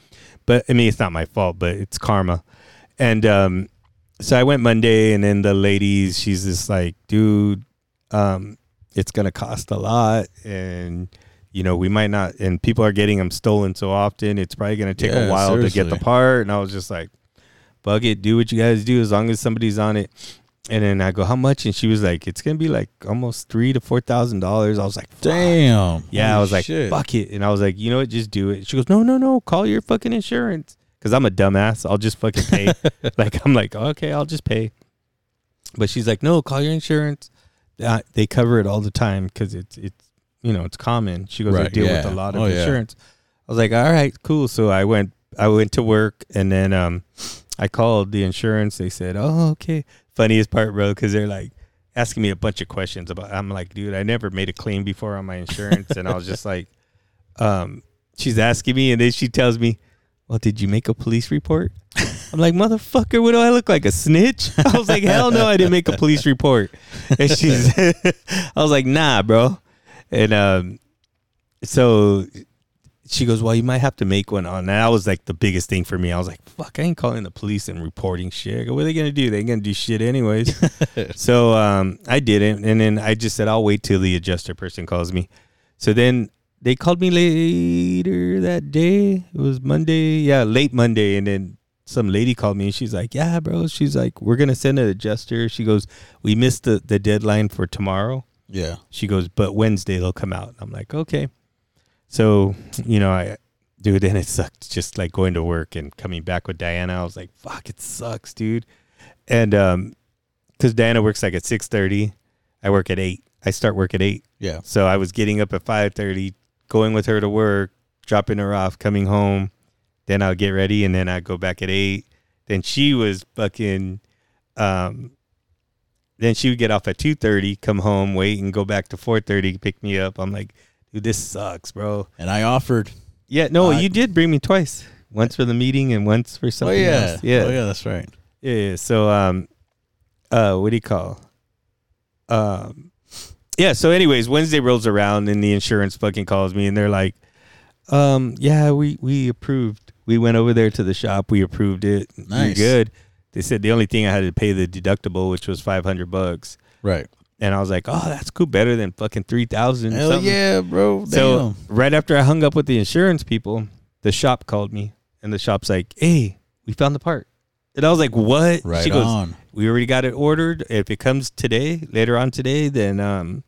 But I mean, it's not my fault, but it's karma. And um, so I went Monday, and then the ladies, she's just like, dude, um, it's gonna cost a lot, and you know, we might not, and people are getting them stolen so often, it's probably gonna take Yeah, a while to get the seriously. part. And I was just like, bug it, do what you guys do, as long as somebody's on it. And then I go, how much? And she was like, it's gonna be like almost three to four thousand dollars. I was like, "Fuck." Damn. Yeah, I Holy was like, shit. fuck it. And I was like, you know what? Just do it. She goes, no, no, no. Call your fucking insurance. Cause I'm a dumbass. I'll just fucking pay. like, I'm like, okay, I'll just pay. But she's like, no, call your insurance. Uh, they cover it all the time because it's, it's, you know, it's common. She goes, I Right, deal with yeah. a lot of Oh, yeah. insurance. I was like, all right, cool. So I went, I went to work and then, um, I called the insurance. They said, oh, okay. Funniest part, bro, because they're like, asking me a bunch of questions about I'm like, dude, I never made a claim before on my insurance and I was just like um she's asking me and then she tells me, "Well, did you make a police report?" I'm like, "Motherfucker, what do I look like a snitch?" I was like, "Hell no, I didn't make a police report." And she's I was like, "Nah, bro." And um so she goes, Well, you might have to make one on. And that was like the biggest thing for me. I was like, Fuck, I ain't calling the police and reporting shit. I go, What are they going to do? They ain't going to do shit anyways. so um, I didn't. And then I just said, I'll wait till the adjuster person calls me. So then they called me later that day. It was Monday. Yeah, late Monday. And then some lady called me and she's like, Yeah, bro. She's like, We're going to send an adjuster. She goes, We missed the, the deadline for tomorrow. Yeah. She goes, but Wednesday they'll come out. I'm like, okay. So, you know, I, dude, and it sucked just like going to work and coming back with Diana. I was like, fuck, it sucks, dude. And, um, cause Diana works like at 630. I work at eight. I start work at eight. Yeah. So I was getting up at 5:30, going with her to work, dropping her off, coming home, then I'll get ready and then I go back at 8. Then she was fucking um then she would get off at 2:30, come home, wait and go back to 4:30, pick me up. I'm like, dude, this sucks, bro. And I offered. Yeah, no, I- you did bring me twice. Once for the meeting and once for Oh something yeah. else. Yeah. Oh yeah, that's right. Yeah, yeah. So um uh what do you call? Um yeah, so anyways, Wednesday rolls around and the insurance fucking calls me and they're like, um, yeah, we we approved. We went over there to the shop, we approved it. You're Nice. good. They said the only thing I had to pay the deductible, which was five hundred bucks. Right. And I was like, Oh, that's cool, better than fucking three thousand. Hell yeah, bro. So right after I hung up with the insurance people, the shop called me and the shop's like, Hey, we found the part. And I was like, What? Damn. Right she goes, on. we already got it ordered. If it comes today, later on today, then um,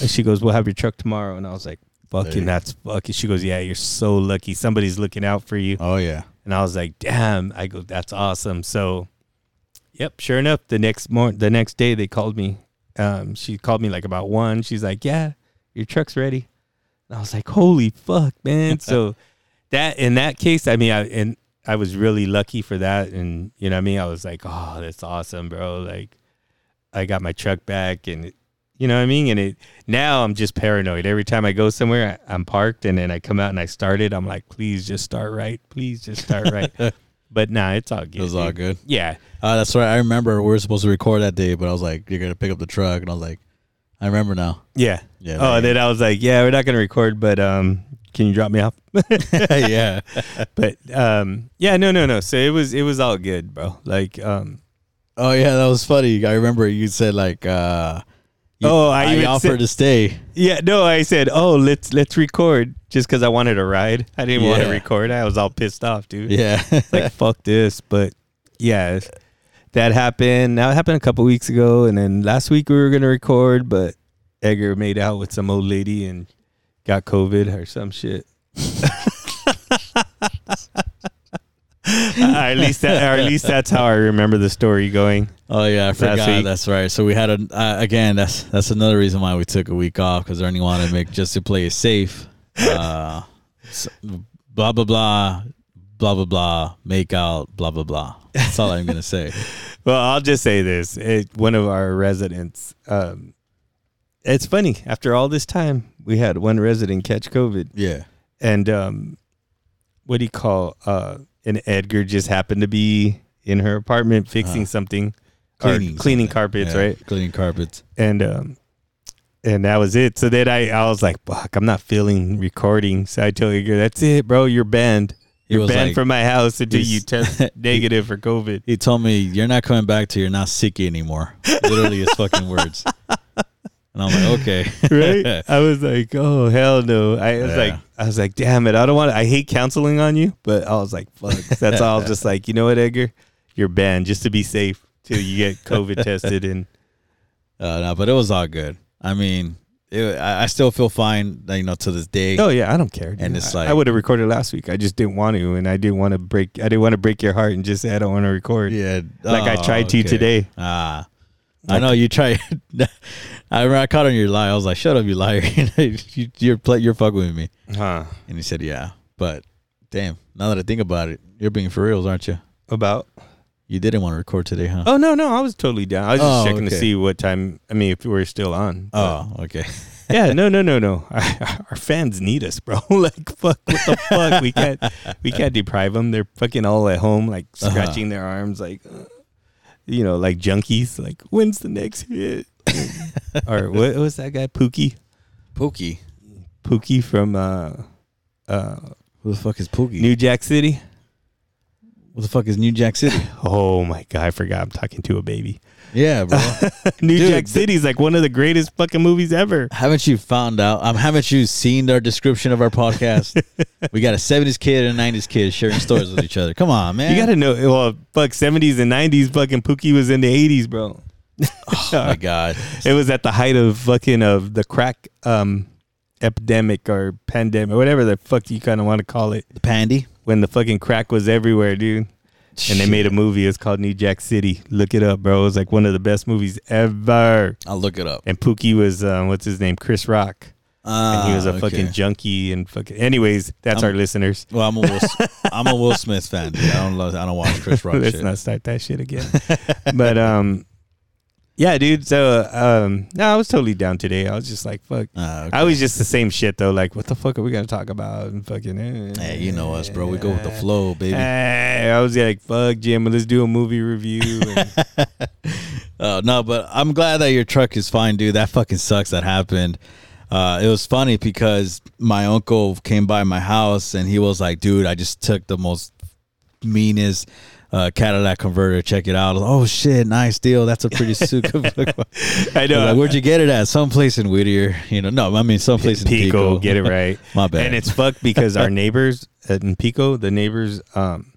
and she goes, we'll have your truck tomorrow. And I was like, There fucking, you- that's fucking. She goes, yeah, you're so lucky. Somebody's looking out for you. Oh yeah. And I was like, damn. I go, that's awesome. So, yep, sure enough, the next morning, the next day, they called me. Um, she called me like about one. She's like, yeah, your truck's ready. And I was like, holy fuck, man. so that in that case, I mean, I and I was really lucky for that. And you know, what I mean, I was like, oh, that's awesome, bro. Like, I got my truck back, and it, you know what I mean. And it now I'm just paranoid. Every time I go somewhere, I, I'm parked, and then I come out and I start it. I'm like, please just start right. Please just start right. but nah, it's all good. It was all dude. good. Yeah. Uh, that's right. I remember we were supposed to record that day, but I was like, "You're gonna pick up the truck," and I was like, "I remember now." Yeah. Yeah, oh, there and then I was like, yeah, we're not going to record, but um, can you drop me off? yeah. but um, yeah, no, no, no. So it was it was all good, bro. Like um, Oh yeah, that was funny. I remember you said like, uh, you- Oh, I even offered said- to stay. yeah, no, I said, oh, let's let's record just because I wanted to ride. I didn't want to Yeah. record. I was all pissed off, dude. Yeah. like fuck this but yeah if that happened that happened a couple weeks ago and then last week we were gonna record but edgar made out with some old lady and got covid or some shit at least that, or at least that's how I remember the story going. Oh yeah, I forgot. week. That's right. So we had a uh, again. That's that's another reason why we took a week off because Ernie wanted to make just to play it safe. Uh, s- blah blah blah, blah blah blah. Make out. Blah blah blah. That's all I'm gonna say. Well, I'll just say this: it, one of our residents. Um, it's funny. After all this time, we had one resident catch COVID, Yeah. and um, what do you call? Uh, and Edgar just happened to be in her apartment fixing something, or cleaning carpets, Uh-huh. Yeah, right? Cleaning carpets. and um and that was it. So then I, I was like, fuck, I'm not feeling recording. So I told Edgar, that's it, bro. You're banned. He You're was banned like- from my house until you he's- test negative for COVID. He told me you're not coming back till you're not sick anymore. Literally his fucking words. And I'm like, okay, Uh, Right? I was like, oh hell no. I was Yeah. like, I was like, damn it, I don't want. to I hate counseling on you, but I was like, fuck. That's all. I was just like, you know what, Edgar, you're banned just to be safe till you get COVID tested. And uh, no, but it was all good. I mean, it, I, I still feel fine. You know, to this day. oh yeah, I don't care. dude. it's I- I like- would have recorded last week. I just didn't want to, and I didn't want to break. I didn't want to break your heart and just say I don't want to record. Yeah, Oh, Like I tried to today. Ah, I know you tried. I remember I caught on your lie. I was like, "Shut up, you liar! you, you're play, you're fucking with me." Huh. And he said, "Yeah, but damn, now that I think about it, you're being for reals, aren't you? About? You didn't want to record today, huh?" Oh no, no, I was totally down. I was just Oh, checking to okay. see what time. I mean, if we're still on. Oh, okay. yeah, no, no, no, no. Our, our fans need us, bro. like, fuck, what the fuck? We can't, we can't deprive them. They're fucking all at home, like Uh-huh. scratching their arms, like, uh, you know, like junkies. Like, when's the next hit? or what was that guy? Pookie, Pookie, Pookie from uh, uh, who the fuck is Pookie? New Jack City. what the fuck is New Jack City? Oh my god, I forgot. I'm talking to a baby. yeah, bro. New Dude, Jack the- City's like one of the greatest fucking movies ever. haven't you found out? Um, haven't you seen our description of our podcast? we got a '70s kid and a '90s kid sharing stories with each other. Come on, man. You gotta know. Well, fuck, seventies and nineties. Fucking Pookie was in the eighties, bro. Oh my god. It was at the height of fucking of the crack um epidemic or pandemic, whatever the fuck you kind of want to call it. Pandy. When the fucking crack was everywhere, dude. And they made a movie. It's called New Jack City. Look it up, bro. It was like one of the best movies ever. I'll look it up. And Pookie was um, what's his name, Chris Rock. And he was a Ah, fucking okay. junkie and fucking. Anyways, that's I'm- our listeners. Well, I'm a Will, I'm a Will Smith fan. Dude. I don't love, I don't watch Chris Rock Let's shit. not start that shit again. but um, yeah, dude. So um, no, I was totally down today. I was just like, fuck. Ah, okay. I was just the same shit though. Like, what the fuck are we gonna talk about? And fucking, eh. Hey, you know us, bro. We go with the flow, baby. Eh, I was like, fuck, Jim. Let's do a movie review. And Uh, no, but I'm glad that your truck is fine, dude. That fucking sucks. That happened. Uh, it was funny because my uncle came by my house and he was like, "Dude, I just took the most meanest uh, Cadillac converter. Check it out." I was, oh shit, nice deal. That's a pretty super. I know. like, where'd you get it at? Someplace in Whittier, you know? No, I mean someplace in Pico, Pico. get it right. My bad. And it's fucked because our neighbors uh, in Pico, the neighbors, um,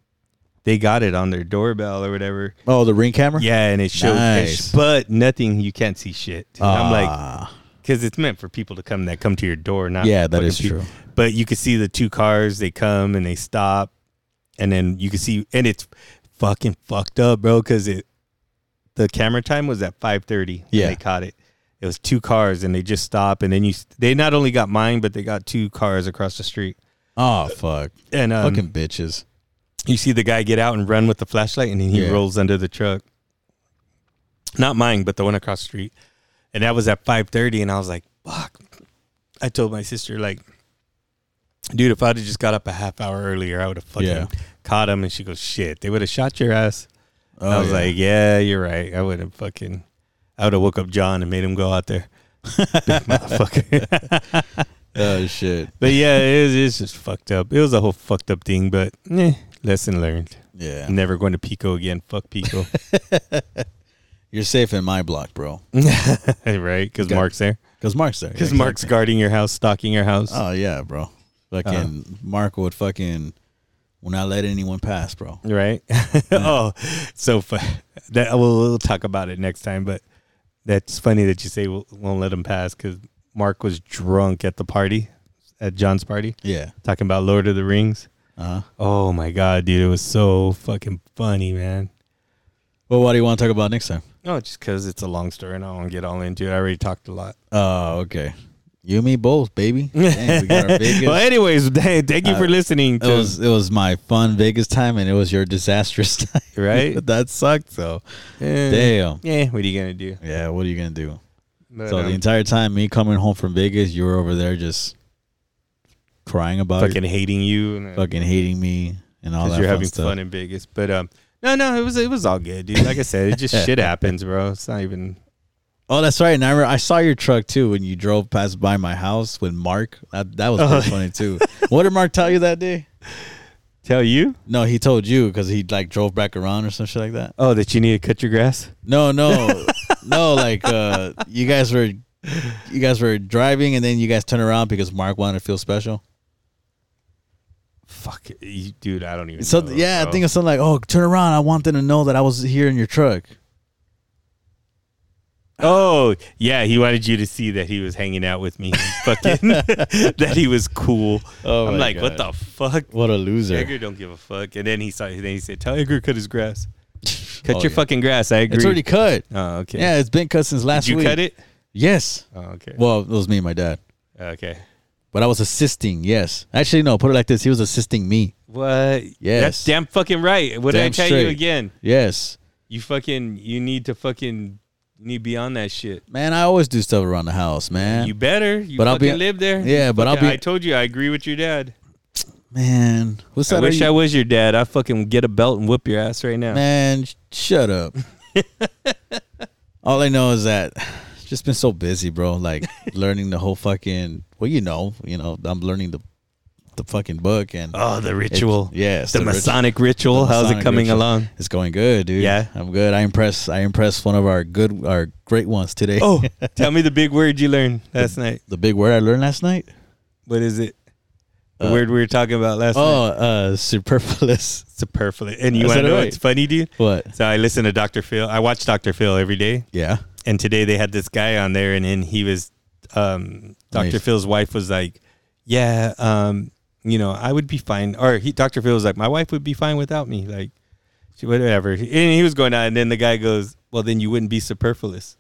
they got it on their doorbell or whatever. Oh, the ring camera. Yeah, and it showed, Nice. but nothing. You can't see shit. And I'm like, Ah. because it's meant for people to come that come to your door. Not Yeah, that fucking is peop- true. But you could see the two cars. They come and they stop, and then you can see, and it's fucking fucked up, bro. Because it, the camera time was at five thirty. when Yeah. they caught it. It was two cars, and they just stop, and then you. s- They not only got mine, but they got two cars across the street, Oh fuck. and um, Fucking bitches. you see the guy get out and run with the flashlight, and then he Yeah. rolls under the truck. Not mine, but the one across the street. And that was at five thirty, and I was like, "Fuck!" I told my sister, "Like, dude, if I'd have just got up a half hour earlier, I would have fucking Yeah. caught him." And she goes, "Shit, they would have shot your ass." Oh, I was yeah. like, "Yeah, you're right. I would have fucking, I would have woke up John and made him go out there, Big motherfucker." oh shit. but yeah, it was, it's just fucked up. It was a whole fucked up thing, but eh, lesson learned. Yeah. Never going to Pico again. Fuck Pico. You're safe in my block, bro. right? Because Got- Mark's there. Because Mark's there. Because Yeah, Mark's guarding your house, stalking your house. exactly. Oh yeah, bro. Uh. Fucking Mark would fucking will not let anyone pass, bro. Right? oh, so fu- that we'll, we'll talk about it next time. But that's funny that you say we won't let him pass because Mark was drunk at the party, at John's party, Yeah. talking about Lord of the Rings. Uh-huh. Oh my god, dude, it was so fucking funny, man. Well, what do you want to talk about next time? No, just because it's a long story and I don't want to get all into it. I already talked a lot. Oh, okay. You and me both, baby. Dang, we got our biggest. well, anyways, thank thank you for listening. It To, was it was my fun Vegas time, and it was your disastrous time, Right? that sucked though. Eh, Damn. Yeah, what are you gonna do? Yeah, what are you gonna do? But, So the um, entire time, me coming home from Vegas, you were over there just crying about fucking it, hating you and fucking hating me, and all that. because you're fun having stuff. fun in Vegas. But um, no, no, it was it was all good, dude. Like I said, it just shit happens, bro. It's not even. Oh, that's right. And I, remember, I saw your truck too when you drove past by my house with Mark. That, that was Oh. pretty funny too. What did Mark tell you that day? Tell you? No, he told you because he like drove back around or some shit like that. Oh, that you need to cut your grass? No, no, no. Like uh, you guys were, you guys were driving, and then you guys turned around because Mark wanted to feel special. Fuck, you, dude, I don't even. So know, yeah, I bro. think it's something like, oh, turn around. I want them to know that I was here in your truck. Oh yeah, he wanted you to see that he was hanging out with me. Fucking that he was cool. Oh, I'm my like, what the God. fuck? What a loser! Edgar don't give a fuck. And then he saw. Then he said, "Tell Edgar cut his grass. Cut Oh, your yeah. fucking grass." I agree. It's already cut. oh okay. Yeah, it's been cut since last Did you week. cut it? Yes. Oh okay. Well, it was me and my dad, okay. but I was assisting. Yes, actually, no. Put it like this: he was assisting me. What? Yes. That's damn fucking right. What Damn did I tell straight. you again? Yes, You fucking. You need to fucking. You need to be on that shit. man. I always do stuff around the house, man. You better. You But I'll fucking be- live there. Yeah, but I'll Fucking- be- I told you. I agree with your dad. man, what's I that? wish you- I was your dad. I fucking get a belt and whip your ass right now. Man, sh- shut up. All I know is that just been so busy, bro. Like learning the whole fucking well, you know, you know, I'm learning the the fucking book and Oh, the ritual. yes, the, rit- Masonic ritual. the Oh, How's it Masonic coming ritual. along? It's going good, dude. Yeah? I'm good. I impressed I impressed one of our good our great ones today. Oh, tell me the big word you learned last night. the big word I learned last night. What is it? The Uh, word we were talking about last night. Oh, uh superfluous. Superfluous. And I you want to said it know right. what's funny, dude? What? So I listen to Dr. Phil. I watch Dr. Phil every day. Yeah. and today they had this guy on there and then he was um dr Amazing. phil's wife was like yeah um you know i would be fine or he dr phil was like my wife would be fine without me like she whatever and he was going on and then the guy goes well then you wouldn't be superfluous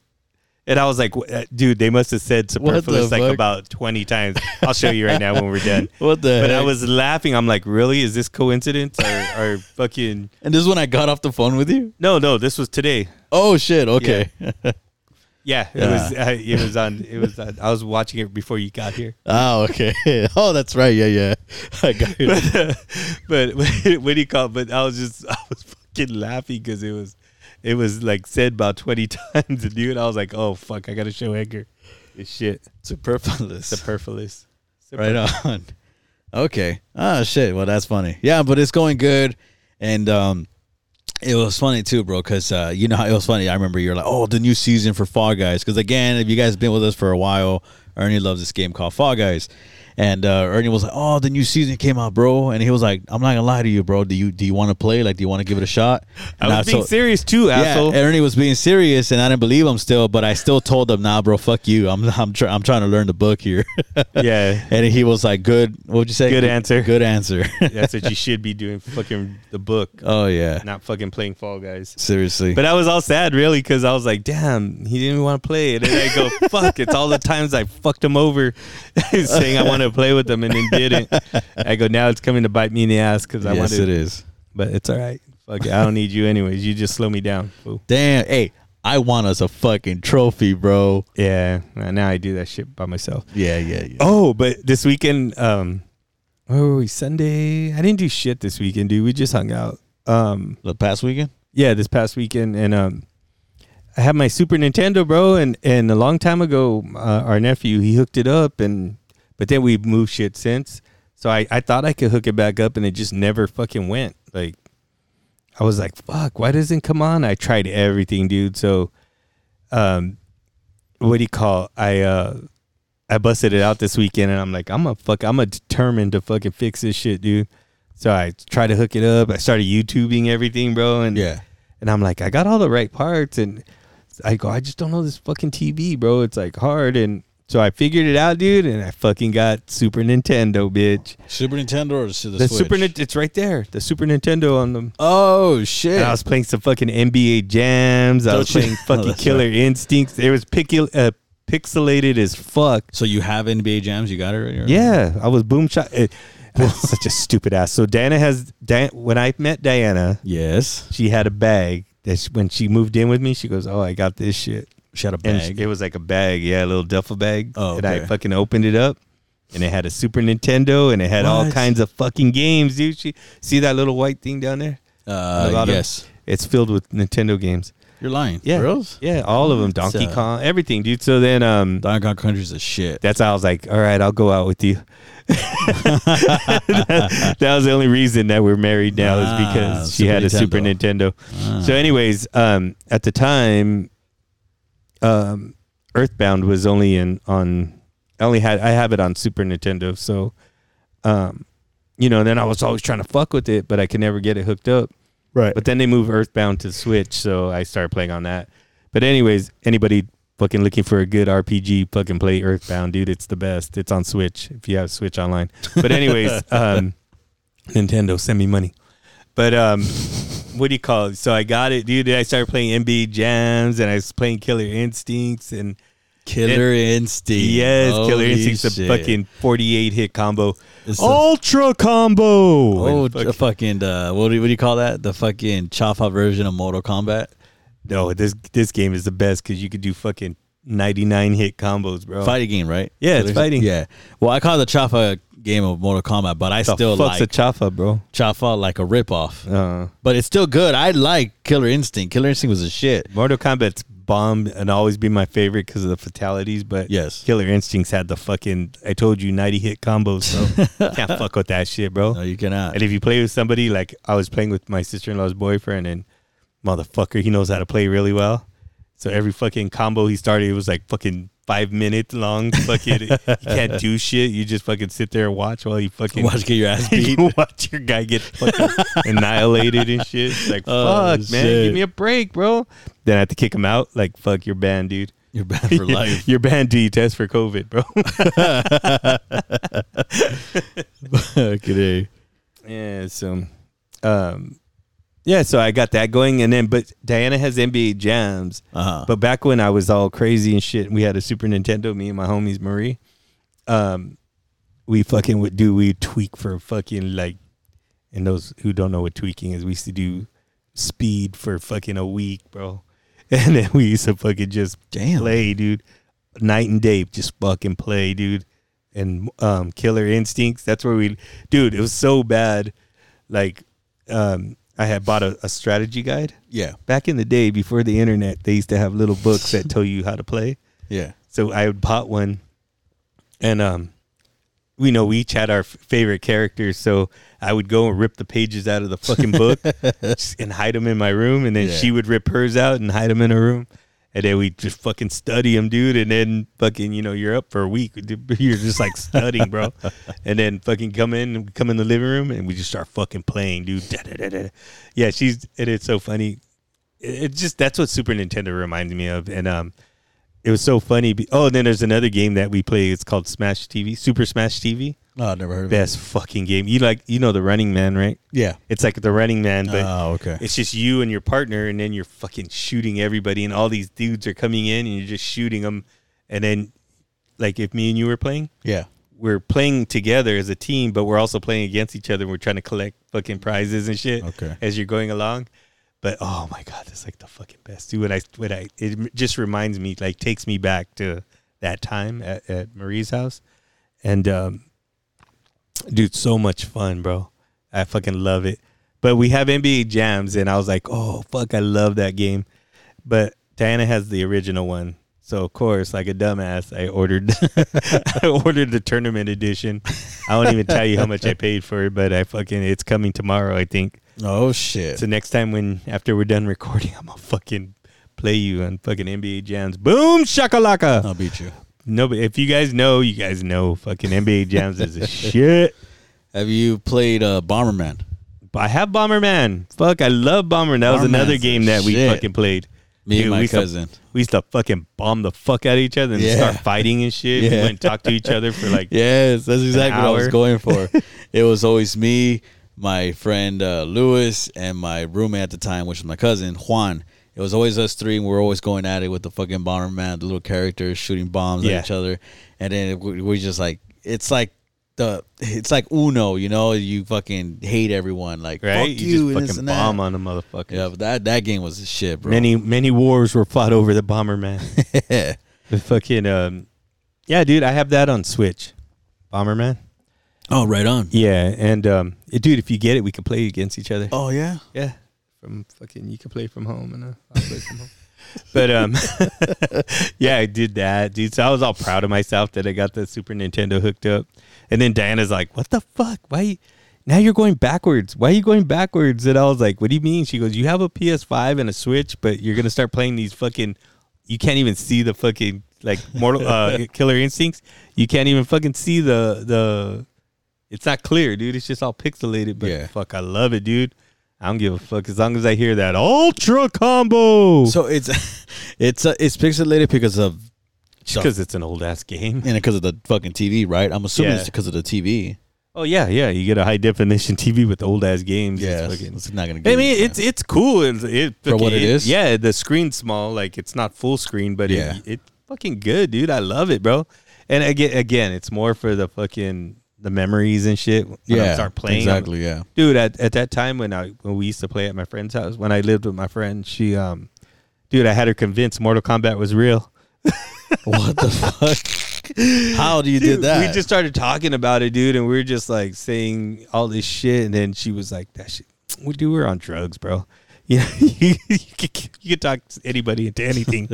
and i was like "Wha- uh, dude they must have said the superfluous like fuck? about 20 times i'll show you right now when we're done What the but i heck? was laughing i'm like really is this coincidence or, or fucking And this is when I got off the phone with you? no no this was today Oh shit, okay. Yeah, it Yeah. was. Uh, it was on. It was. On, I was watching it before you got here. oh, okay. Oh, that's right. Yeah, yeah. I got you. but what do you call? it? But I was just. I was fucking laughing because it was. It was like said about twenty times, and dude, I was like, "Oh fuck, I gotta show Edgar." This shit, Superfluous. superfluous. right on. Okay. Oh shit. Well, that's funny. Yeah, but it's going good, and um, it was funny too, bro. Because uh, you know how it was funny. I remember you're like, oh, the new season for Fall Guys. Because again, if you guys been with us for a while, Ernie loves this game called Fall Guys, and uh, Ernie was like, oh, the new season came out, bro. And he was like, I'm not gonna lie to you, bro. Do you do you want to play? Like, do you want to give it a shot? I And was being so- serious too, asshole. yeah, Ernie was being serious, and I didn't believe him still, but I still told him, "Nah, bro, fuck you. I'm I'm, try- I'm trying to learn the book here." yeah, And he was like, "Good, what would you say? Good answer. Good answer." that's what you should be doing. Fucking the book, oh yeah, not fucking playing Fall Guys. seriously. But I was all sad, really, because I was like, "Damn, he didn't want to play." And then I go, "Fuck!" It's all the times I fucked him over, saying I want to play with him, and then didn't. I go, "Now it's coming to bite me in the ass because I yes, wanted." it is. But it's all right. Fuck it, I don't need you anyways. You just slow me down. fool. Damn. Hey, I want us a fucking trophy, bro. Yeah. Now I do that shit by myself. Yeah, yeah, yeah. Oh, but this weekend, um, where were we? Sunday. I didn't do shit this weekend, dude. We just hung out. Um, The past weekend. yeah, this past weekend, and um, I had my Super Nintendo, bro, and and a long time ago, uh, our nephew he hooked it up, and but then we moved shit since, so I I thought I could hook it back up, and it just never fucking went. Like, I was like, fuck, why doesn't it come on? I tried everything, dude. So, um, what do you call? I uh. I busted it out this weekend and I'm like, I'm a fuck, I'm a determined to fucking fix this shit, dude. So I tried to hook it up. I started YouTubing everything, bro. And Yeah. and I'm like, I got all the right parts. And I go, I just don't know this fucking TV, bro. It's like hard. And So I figured it out, dude, and I fucking got Super Nintendo, bitch. Super Nintendo or to the, The Switch? Super, Nin- it's right there. The Super Nintendo on them. oh shit! And I was playing some fucking NBA jams. I was Don't you- playing Oh, fucking that's Killer Instincts. It was picul- uh, pixelated as fuck. so you have NBA jams? You got it right? Yeah, I was boom shot. eh. It, that's such a stupid ass. So Diana has Diana, when I met Diana, Yes. she had a bag. That she, when she moved in with me, she goes, "Oh, I got this shit." She had a And bag. it was like a bag, yeah, a little duffel bag. Oh, and I okay. fucking opened it up, and it had a Super Nintendo, and it had all What? kinds of fucking games, dude. She see that little white thing down there? uh, A lot of- yes. It's filled with Nintendo games. You're lying. Yeah, Girls? yeah, all of them. Donkey uh, Kong, everything, dude. So then, um, Donkey Kong Country's a shit. that's how I was like, all right, I'll go out with you. that, that was the only reason that we're married now is Ah, because she Super Ah. had a Super Nintendo. So, anyways, um, at the time, um, Earthbound was only in on. I only had I have it on Super Nintendo, so, um, you know. Then I was always trying to fuck with it, but I could never get it hooked up. Right. But then they moved Earthbound to Switch, so I started playing on that. But anyways, anybody fucking looking for a good RPG, fucking play Earthbound, dude. It's the best. It's on Switch if you have Switch online. But anyways, um, Nintendo send me money. But um, what do you call it? So I got it, dude. I started playing NBA Jams, and I was playing Killer Instincts, and Killer Instinct. yes, Killer Holy Instincts, a shit. fucking forty-eight hit combo, It's a- ultra combo. Oh, And fuck- the fucking uh, what do you, what do you call that? The fucking chop-up version of Mortal Kombat. No, this this game is the best because you could do fucking ninety nine hit combos, bro. Fighting game, right? Oh. Yeah, it's Killer- fighting. Yeah. Well, I call it the chop-up game of Mortal Kombat, but I the still Uh-huh. fuck's a like chafa, bro? chop-up like a ripoff. Uh, But it's still good. I like Killer Instinct. Killer Instinct was a shit. Mortal Kombat's bombed and always be my favorite because of the fatalities, but Yes. Killer Instincts had the fucking I told you ninety hit combos, so can't fuck with that shit, bro. No, you cannot. And if you play with somebody like I was playing with my sister in law's boyfriend and motherfucker, he knows how to play really well. So every fucking combo he started, it was like fucking five minutes long. Fucking, you can't do shit. You just fucking sit there and watch while you fucking Watch get your ass beat. You watch your guy get fucking annihilated and shit. It's like Oh, fuck, man, shit. give me a break, bro. Then I have to kick him out. Like fuck, you're banned, dude. You're bad for life. You're banned till you test for COVID, bro. Good Yeah, so um yeah, so I got that going and then but Diana has NBA jams. Uh-huh. But back when I was all crazy and shit, we had a Super Nintendo, me and my homies Marie. Um we fucking would do we tweak for fucking like and those who don't know what tweaking is, we used to do speed for fucking a week, bro. And then we used to fucking just Damn. play, dude. Night and day, just fucking play, dude. And um, Killer Instincts. That's where we, dude. It was so bad. Like, um, I had bought a, a strategy guide Yeah. back in the day before the internet. They used to have little books that tell you how to play. Yeah. So I had bought one, and um, we know we each had our f- favorite characters. So I would go and rip the pages out of the fucking book just- and hide them in my room, and then Yeah. she would rip hers out and hide them in her room. And then we just fucking study them, dude. And then fucking, you know, you're up for a week. You're just like studying, bro. And then fucking come in and come in the living room and we just start fucking playing, dude. Da, da, da, da. Yeah, she's, and it's so funny. It, it just, that's what Super Nintendo reminds me of. And, um, it was so funny. be- Oh, and then there's another game that we play. It's called Smash TV, Super Smash TV. No, I've never heard of it. Best fucking game. You like, you know, the Running Man, right? Yeah. It's like the Running Man, but Oh, okay. it's just you and your partner, and then you're fucking shooting everybody, and all these dudes are coming in, and you're just shooting them. And then, like, if me and you were playing, Yeah. we're playing together as a team, but we're also playing against each other. and We're trying to collect fucking prizes and shit Okay. as you're going along. But oh my god, that's like the fucking best, dude. When I when I it just reminds me, like, takes me back to that time at, at Marie's house, and um, dude, so much fun, bro. I fucking love it. But we have NBA jams, and I was like, oh fuck, I love that game. But Diana has the original one, so of course, like a dumbass, I ordered I ordered the tournament edition. I won't even tell you how much I paid for it, but I fucking it's coming tomorrow, I think. Oh shit. So next time when after we're done recording, I'm gonna fucking play you on fucking NBA jams. Boom shakalaka. I'll beat you. No, but if you guys know, you guys know fucking NBA Jams is a shit. Have you played uh, Bomberman? But I have Bomberman. Fuck, I love Bomberman. That was another Bomberman's game the that we shit. fucking played. Me Dude, and we my used to- cousin. we used to fucking bomb the fuck out of each other and Yeah. start fighting and shit. We Yeah. went and talked to each other for like Yes, that's exactly what I was hour. going for. it was always me, my friend uh, Lewis, and my roommate at the time, which was my cousin Juan. It was always us three, and we were always going at it with the fucking bomberman, the little characters shooting bombs Yeah. at each other, and then we, we just like it's like the it's like Uno, you know, you fucking hate everyone, like right. fuck you, you, and just this fucking and that. bomb on the motherfucker. Yeah, but that that game was the shit, bro. Many many wars were fought over the bomber man. the fucking um, yeah, dude. I have that on Switch. Bomber man. oh, right on. Yeah, and um, it- dude, if you get it, we can play against each other. Oh yeah. Yeah. From fucking, you can play from home and uh, I'll play from home. But um, yeah, I did that, dude. So I was all proud of myself that I got the Super Nintendo hooked up. And then Diana's like, "What the fuck? Why? You, now you're going backwards? Why are you going backwards?" And I was like, "What do you mean?" She goes, "You have a PS5 and a Switch, but you're gonna start playing these fucking. You can't even see the fucking like Mortal uh, Killer Instincts. You can't even fucking see the the. It's not clear, dude. It's just all pixelated. But Yeah. fuck, I love it, dude. I don't give a fuck as long as I hear that ultra combo. So it's it's uh, it's pixelated because of because it's an old ass game. and because of the fucking TV, right? I'm assuming Yeah. it's because of the TV. Oh yeah, yeah. You get a high definition TV with old ass games. It's Yeah, it's, fucking- it's not gonna. Give I mean, you- it's it's cool. It's, it For what it is? Yeah, the screen's small. Like it's not full screen, but Yeah. it, it fucking good, dude. I love it, bro. And again, again, it's more for the fucking the memories and shit. When I start playing. I'm- exactly. Yeah, dude at, at that time when i when we used to play at my friend's house when i lived with my friend she um dude i had her convinced mortal kombat was real what the fuck? How do you did that? we just started talking about it dude and we were just like saying all this shit and then she was like that shit we do we're on drugs bro you know you, could, you could talk to anybody into anything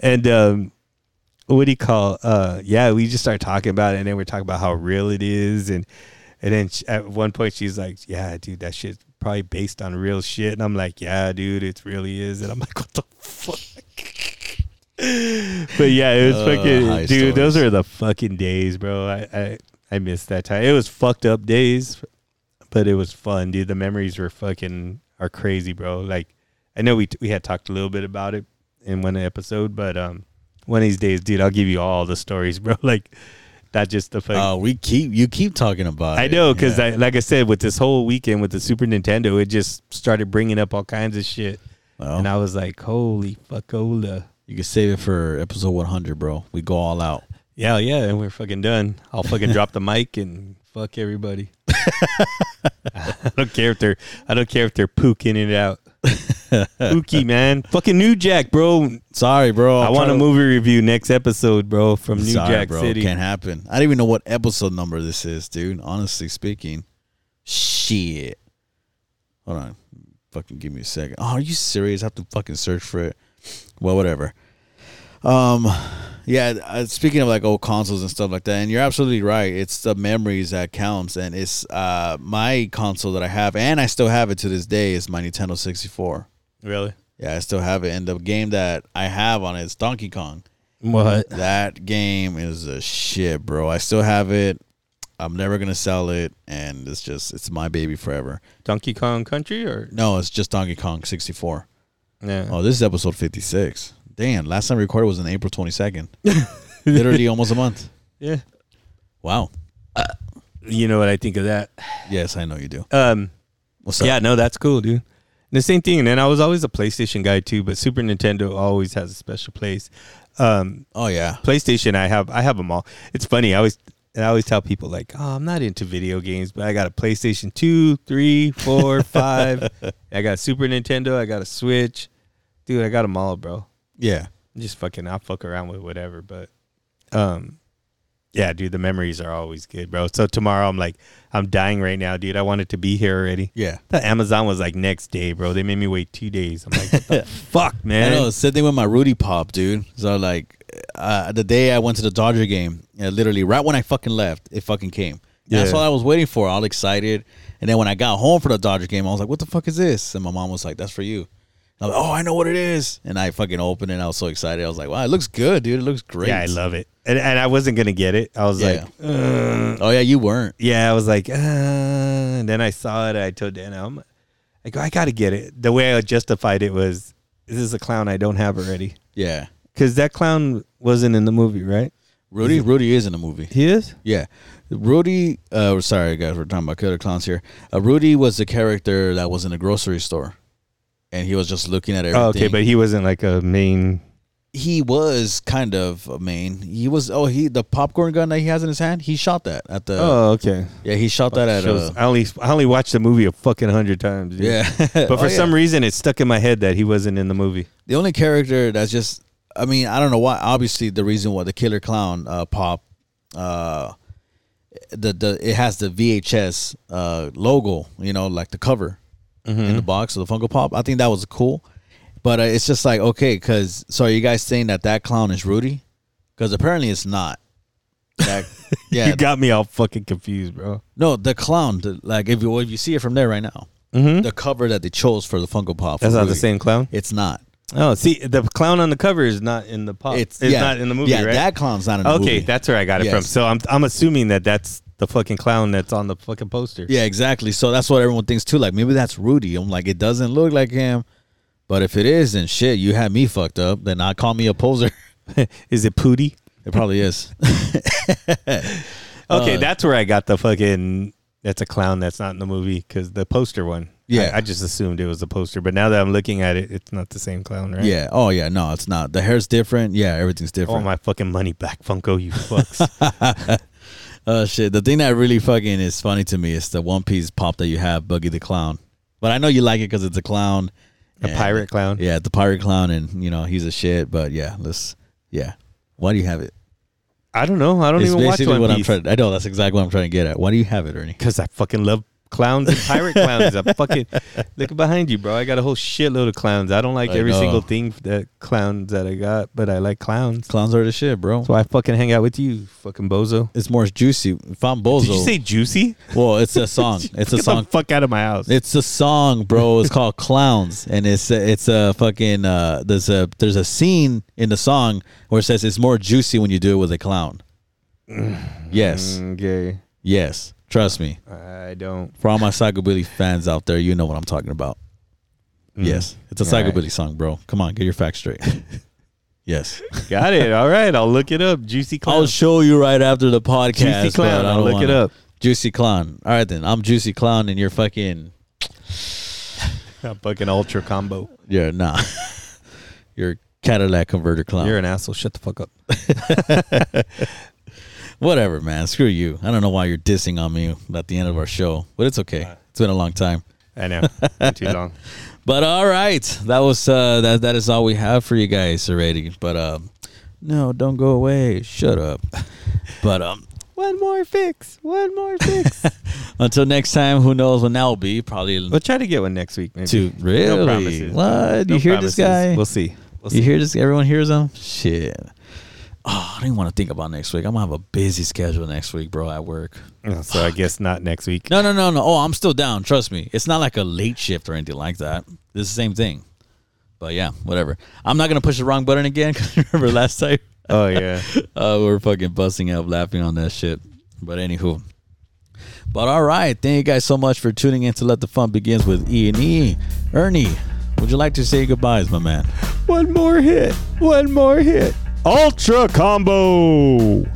and um what do you call uh yeah we just started talking about it and then we're talking about how real it is and and then sh at one point she's like yeah dude that shit's probably based on real shit and i'm like yeah dude it really is and i'm like what the fuck but yeah it was Uh, fucking high dude those stories. are the fucking days bro i i i missed that time it was fucked up days but it was fun dude the memories were fucking are crazy bro like i know we we had talked a little bit about it in one episode but um one of these days, dude, I'll give you all the stories, bro. Like, not just the fuck. uh, we keep you keep talking about. I it. know, because Yeah. I, like I said, with this whole weekend with the Super Nintendo, it just started bringing up all kinds of shit, well, and I was like, "Holy fuckola!" you can save it for episode 100, bro. We go all out. Yeah, yeah, and we're fucking done. I'll fucking drop the mic and fuck everybody. I don't care if they're I don't care if they're pooking it out. Pookie man, fucking New Jack, bro. Sorry, bro. i I'm want a trying to- movie review next episode, bro, from New Sorry, Jack bro. City. Can't happen. I don't even know what episode number this is, dude. Honestly speaking, shit. Hold on, fucking give me a second. Oh, are you serious? I have to fucking search for it. Well, whatever. Um, yeah. Uh, speaking of like old consoles and stuff like that, and you're absolutely right. It's the memories that counts, and it's uh my console that I have, and I still have it to this day. Is my Nintendo 64. Really? Yeah, I still have it. And the game that I have on it is Donkey Kong. What? That game is a shit, bro. I still have it. I'm never gonna sell it, and it's just it's my baby forever. Donkey Kong Country or No, it's just Donkey Kong 64. yeah. Oh, this is episode 56. Damn, last time we recorded was on April 22nd. Literally almost a month. Yeah. Wow. You know what I think of that? Yes, I know you do. Um, What's up? yeah, no, that's cool, dude. And the same thing. And then I was always a PlayStation guy too, but Super Nintendo always has a special place. Um, Oh yeah. PlayStation, I have, I have them all. It's funny. I always, and I always tell people like, oh, I'm not into video games, but I got a PlayStation two, three, four, five. I got a Super Nintendo. I got a Switch. Dude, I got them all, bro. Yeah. Just fucking, I'll fuck around with whatever. But, um, yeah, dude, the memories are always good, bro. So tomorrow, I'm like, I'm dying right now, dude. I wanted to be here already. Yeah. The Amazon was like next day, bro. They made me wait two days. I'm like, what the fuck, I man? know. Same thing with my Rudy Pop, dude. So like, uh, the day I went to the Dodger game, yeah, literally right when I fucking left, it fucking came. That's Yeah. all I was waiting for. All excited, and then when I got home for the Dodger game, I was like, "What the fuck is this?" And my mom was like, "That's for you." And I'm like, "Oh, I know what it is." And I fucking opened it. and I was so excited. I was like, "Wow, it looks good, dude. It looks great." yeah, I love it. And, and I wasn't gonna get it. I was Yeah. like, "Uh." Oh yeah, you weren't. yeah, I was like, uh. and then I saw it. I told Dana, I'm, I go, I gotta get it. The way I justified it was, this is a clown I don't have already. Yeah. Because that clown wasn't in the movie, right? Rudy, Rudy is in the movie. He is. Yeah, Rudy. Uh, sorry, guys, we're talking about Killer Clowns here. Uh, Rudy was the character that was in a grocery store, and he was just looking at everything. Oh, okay, but he wasn't like a main. he was kind of a main. He was. Oh, he the popcorn gun that he has in his hand. He shot that at the. Oh, okay. yeah, he shot that Uh, at. Shows- Uh, I only I only watched the movie a fucking hundred times. dude. yeah, But for some reason, it stuck in my head that he wasn't in the movie. the only character that's just i mean i don't know why obviously the reason why the killer clown uh, pop uh the the it has the vhs uh logo you know like the cover Mm-hmm. in the box of the funko pop i think that was cool but uh, it's just like okay because so are you guys saying that that clown is rudy because apparently it's not that, yeah You got me all fucking confused, bro. no the clown the, like if you if you see it from there right now the cover that they chose for the funko pop Mm-hmm. That's for not the Rudy, same clown. it's not Oh, see, the clown on the cover is not in the pop. It's, yeah, not in the movie, yeah right? that clown's not in the okay, movie that's where I got it from. Yes. So I'm I'm assuming that that's the fucking clown that's on the fucking poster. Yeah, exactly. So that's what everyone thinks too. Like maybe that's Rudy. I'm like, it doesn't look like him, but if it is, then shit, you had me fucked up. Then I call me a poser. Is it Pootie? It probably is. Uh, Okay, that's where I got the fucking. That's a clown that's not in the movie because the poster one. Yeah. I, I just assumed it was the poster, but now that I'm looking at it, it's not the same clown, right? yeah. Oh yeah. No, it's not. The hair's different. Yeah, everything's All different. Oh my fucking money back, Funko, you fucks. Oh shit. The thing that really fucking is funny to me is the One Piece pop that you have, Buggy the Clown. But I know you like it because it's a clown, a and- pirate clown. Yeah, the pirate clown, and you know he's a shit. But yeah, let's. Yeah. Why do you have it? I don't know. I don't It's even watch basically One what I'm Piece. trying. I know that's exactly what I'm trying to get at. Why do you have it, Ernie? because I fucking love clowns and pirate clowns. I fucking look behind you, bro. I got a whole shitload of clowns. I don't like I every know. single thing that clowns that I got, but I like clowns. Clowns are the shit, bro. So I fucking hang out with you, fucking bozo. It's more juicy. If I'm Bozo. Did you say juicy? well, it's a song. It's a Get song. The fuck out of my house. It's a song, bro. It's called Clowns, and it's a, it's a fucking uh, there's a there's a scene in the song where it says it's more juicy when you do it with a clown. yes, Okay, yes. Trust me. Mm, I don't. For all my psychobilly fans out there, you know what I'm talking about. Yes, it's a Mm. All right. psychobilly song, bro. Come on, get your facts straight. yes, Got it. All right, I'll look it up. Juicy I'll clowns. show you right after the podcast. Juicy clown. but I I'll don't look it wanna- up. Juicy Clown. All right then, I'm Juicy Clown, and you're fucking I'm fucking ultra combo. you're nah, you're Cadillac converter clown. You're an asshole. Shut the fuck up. Whatever, man. Screw you. I don't know why you're dissing on me at the end of our show, but it's okay. It's been a long time. I know. Too long. But all right, that was uh, that. That is all we have for you guys already. But uh, no, don't go away. Shut up. But um, One more fix. One more fix. until next time, who knows when that'll be? Probably we'll try to get one next week, maybe. Dude, really? No promises. What? No You hear this promises. guy? We'll see. We'll You see. hear this? Everyone hears them. Shit. Oh, I didn't want to think about next week. I'm gonna have a busy schedule next week, bro, at work. Oh, So I guess not next week. No, no, no, no. Oh, I'm still down. Trust me. It's not like a late shift or anything like that. It's the same thing. But yeah, whatever. I'm not gonna push the wrong button again. 'cause remember last time? Oh yeah. Uh, we were fucking busting up laughing on that shit. But anywho. But all right, thank you guys so much for tuning in to Let the Fun Begins with E and E. Ernie, would you like to say goodbyes, my man? One more hit. One more hit. Ultra combo.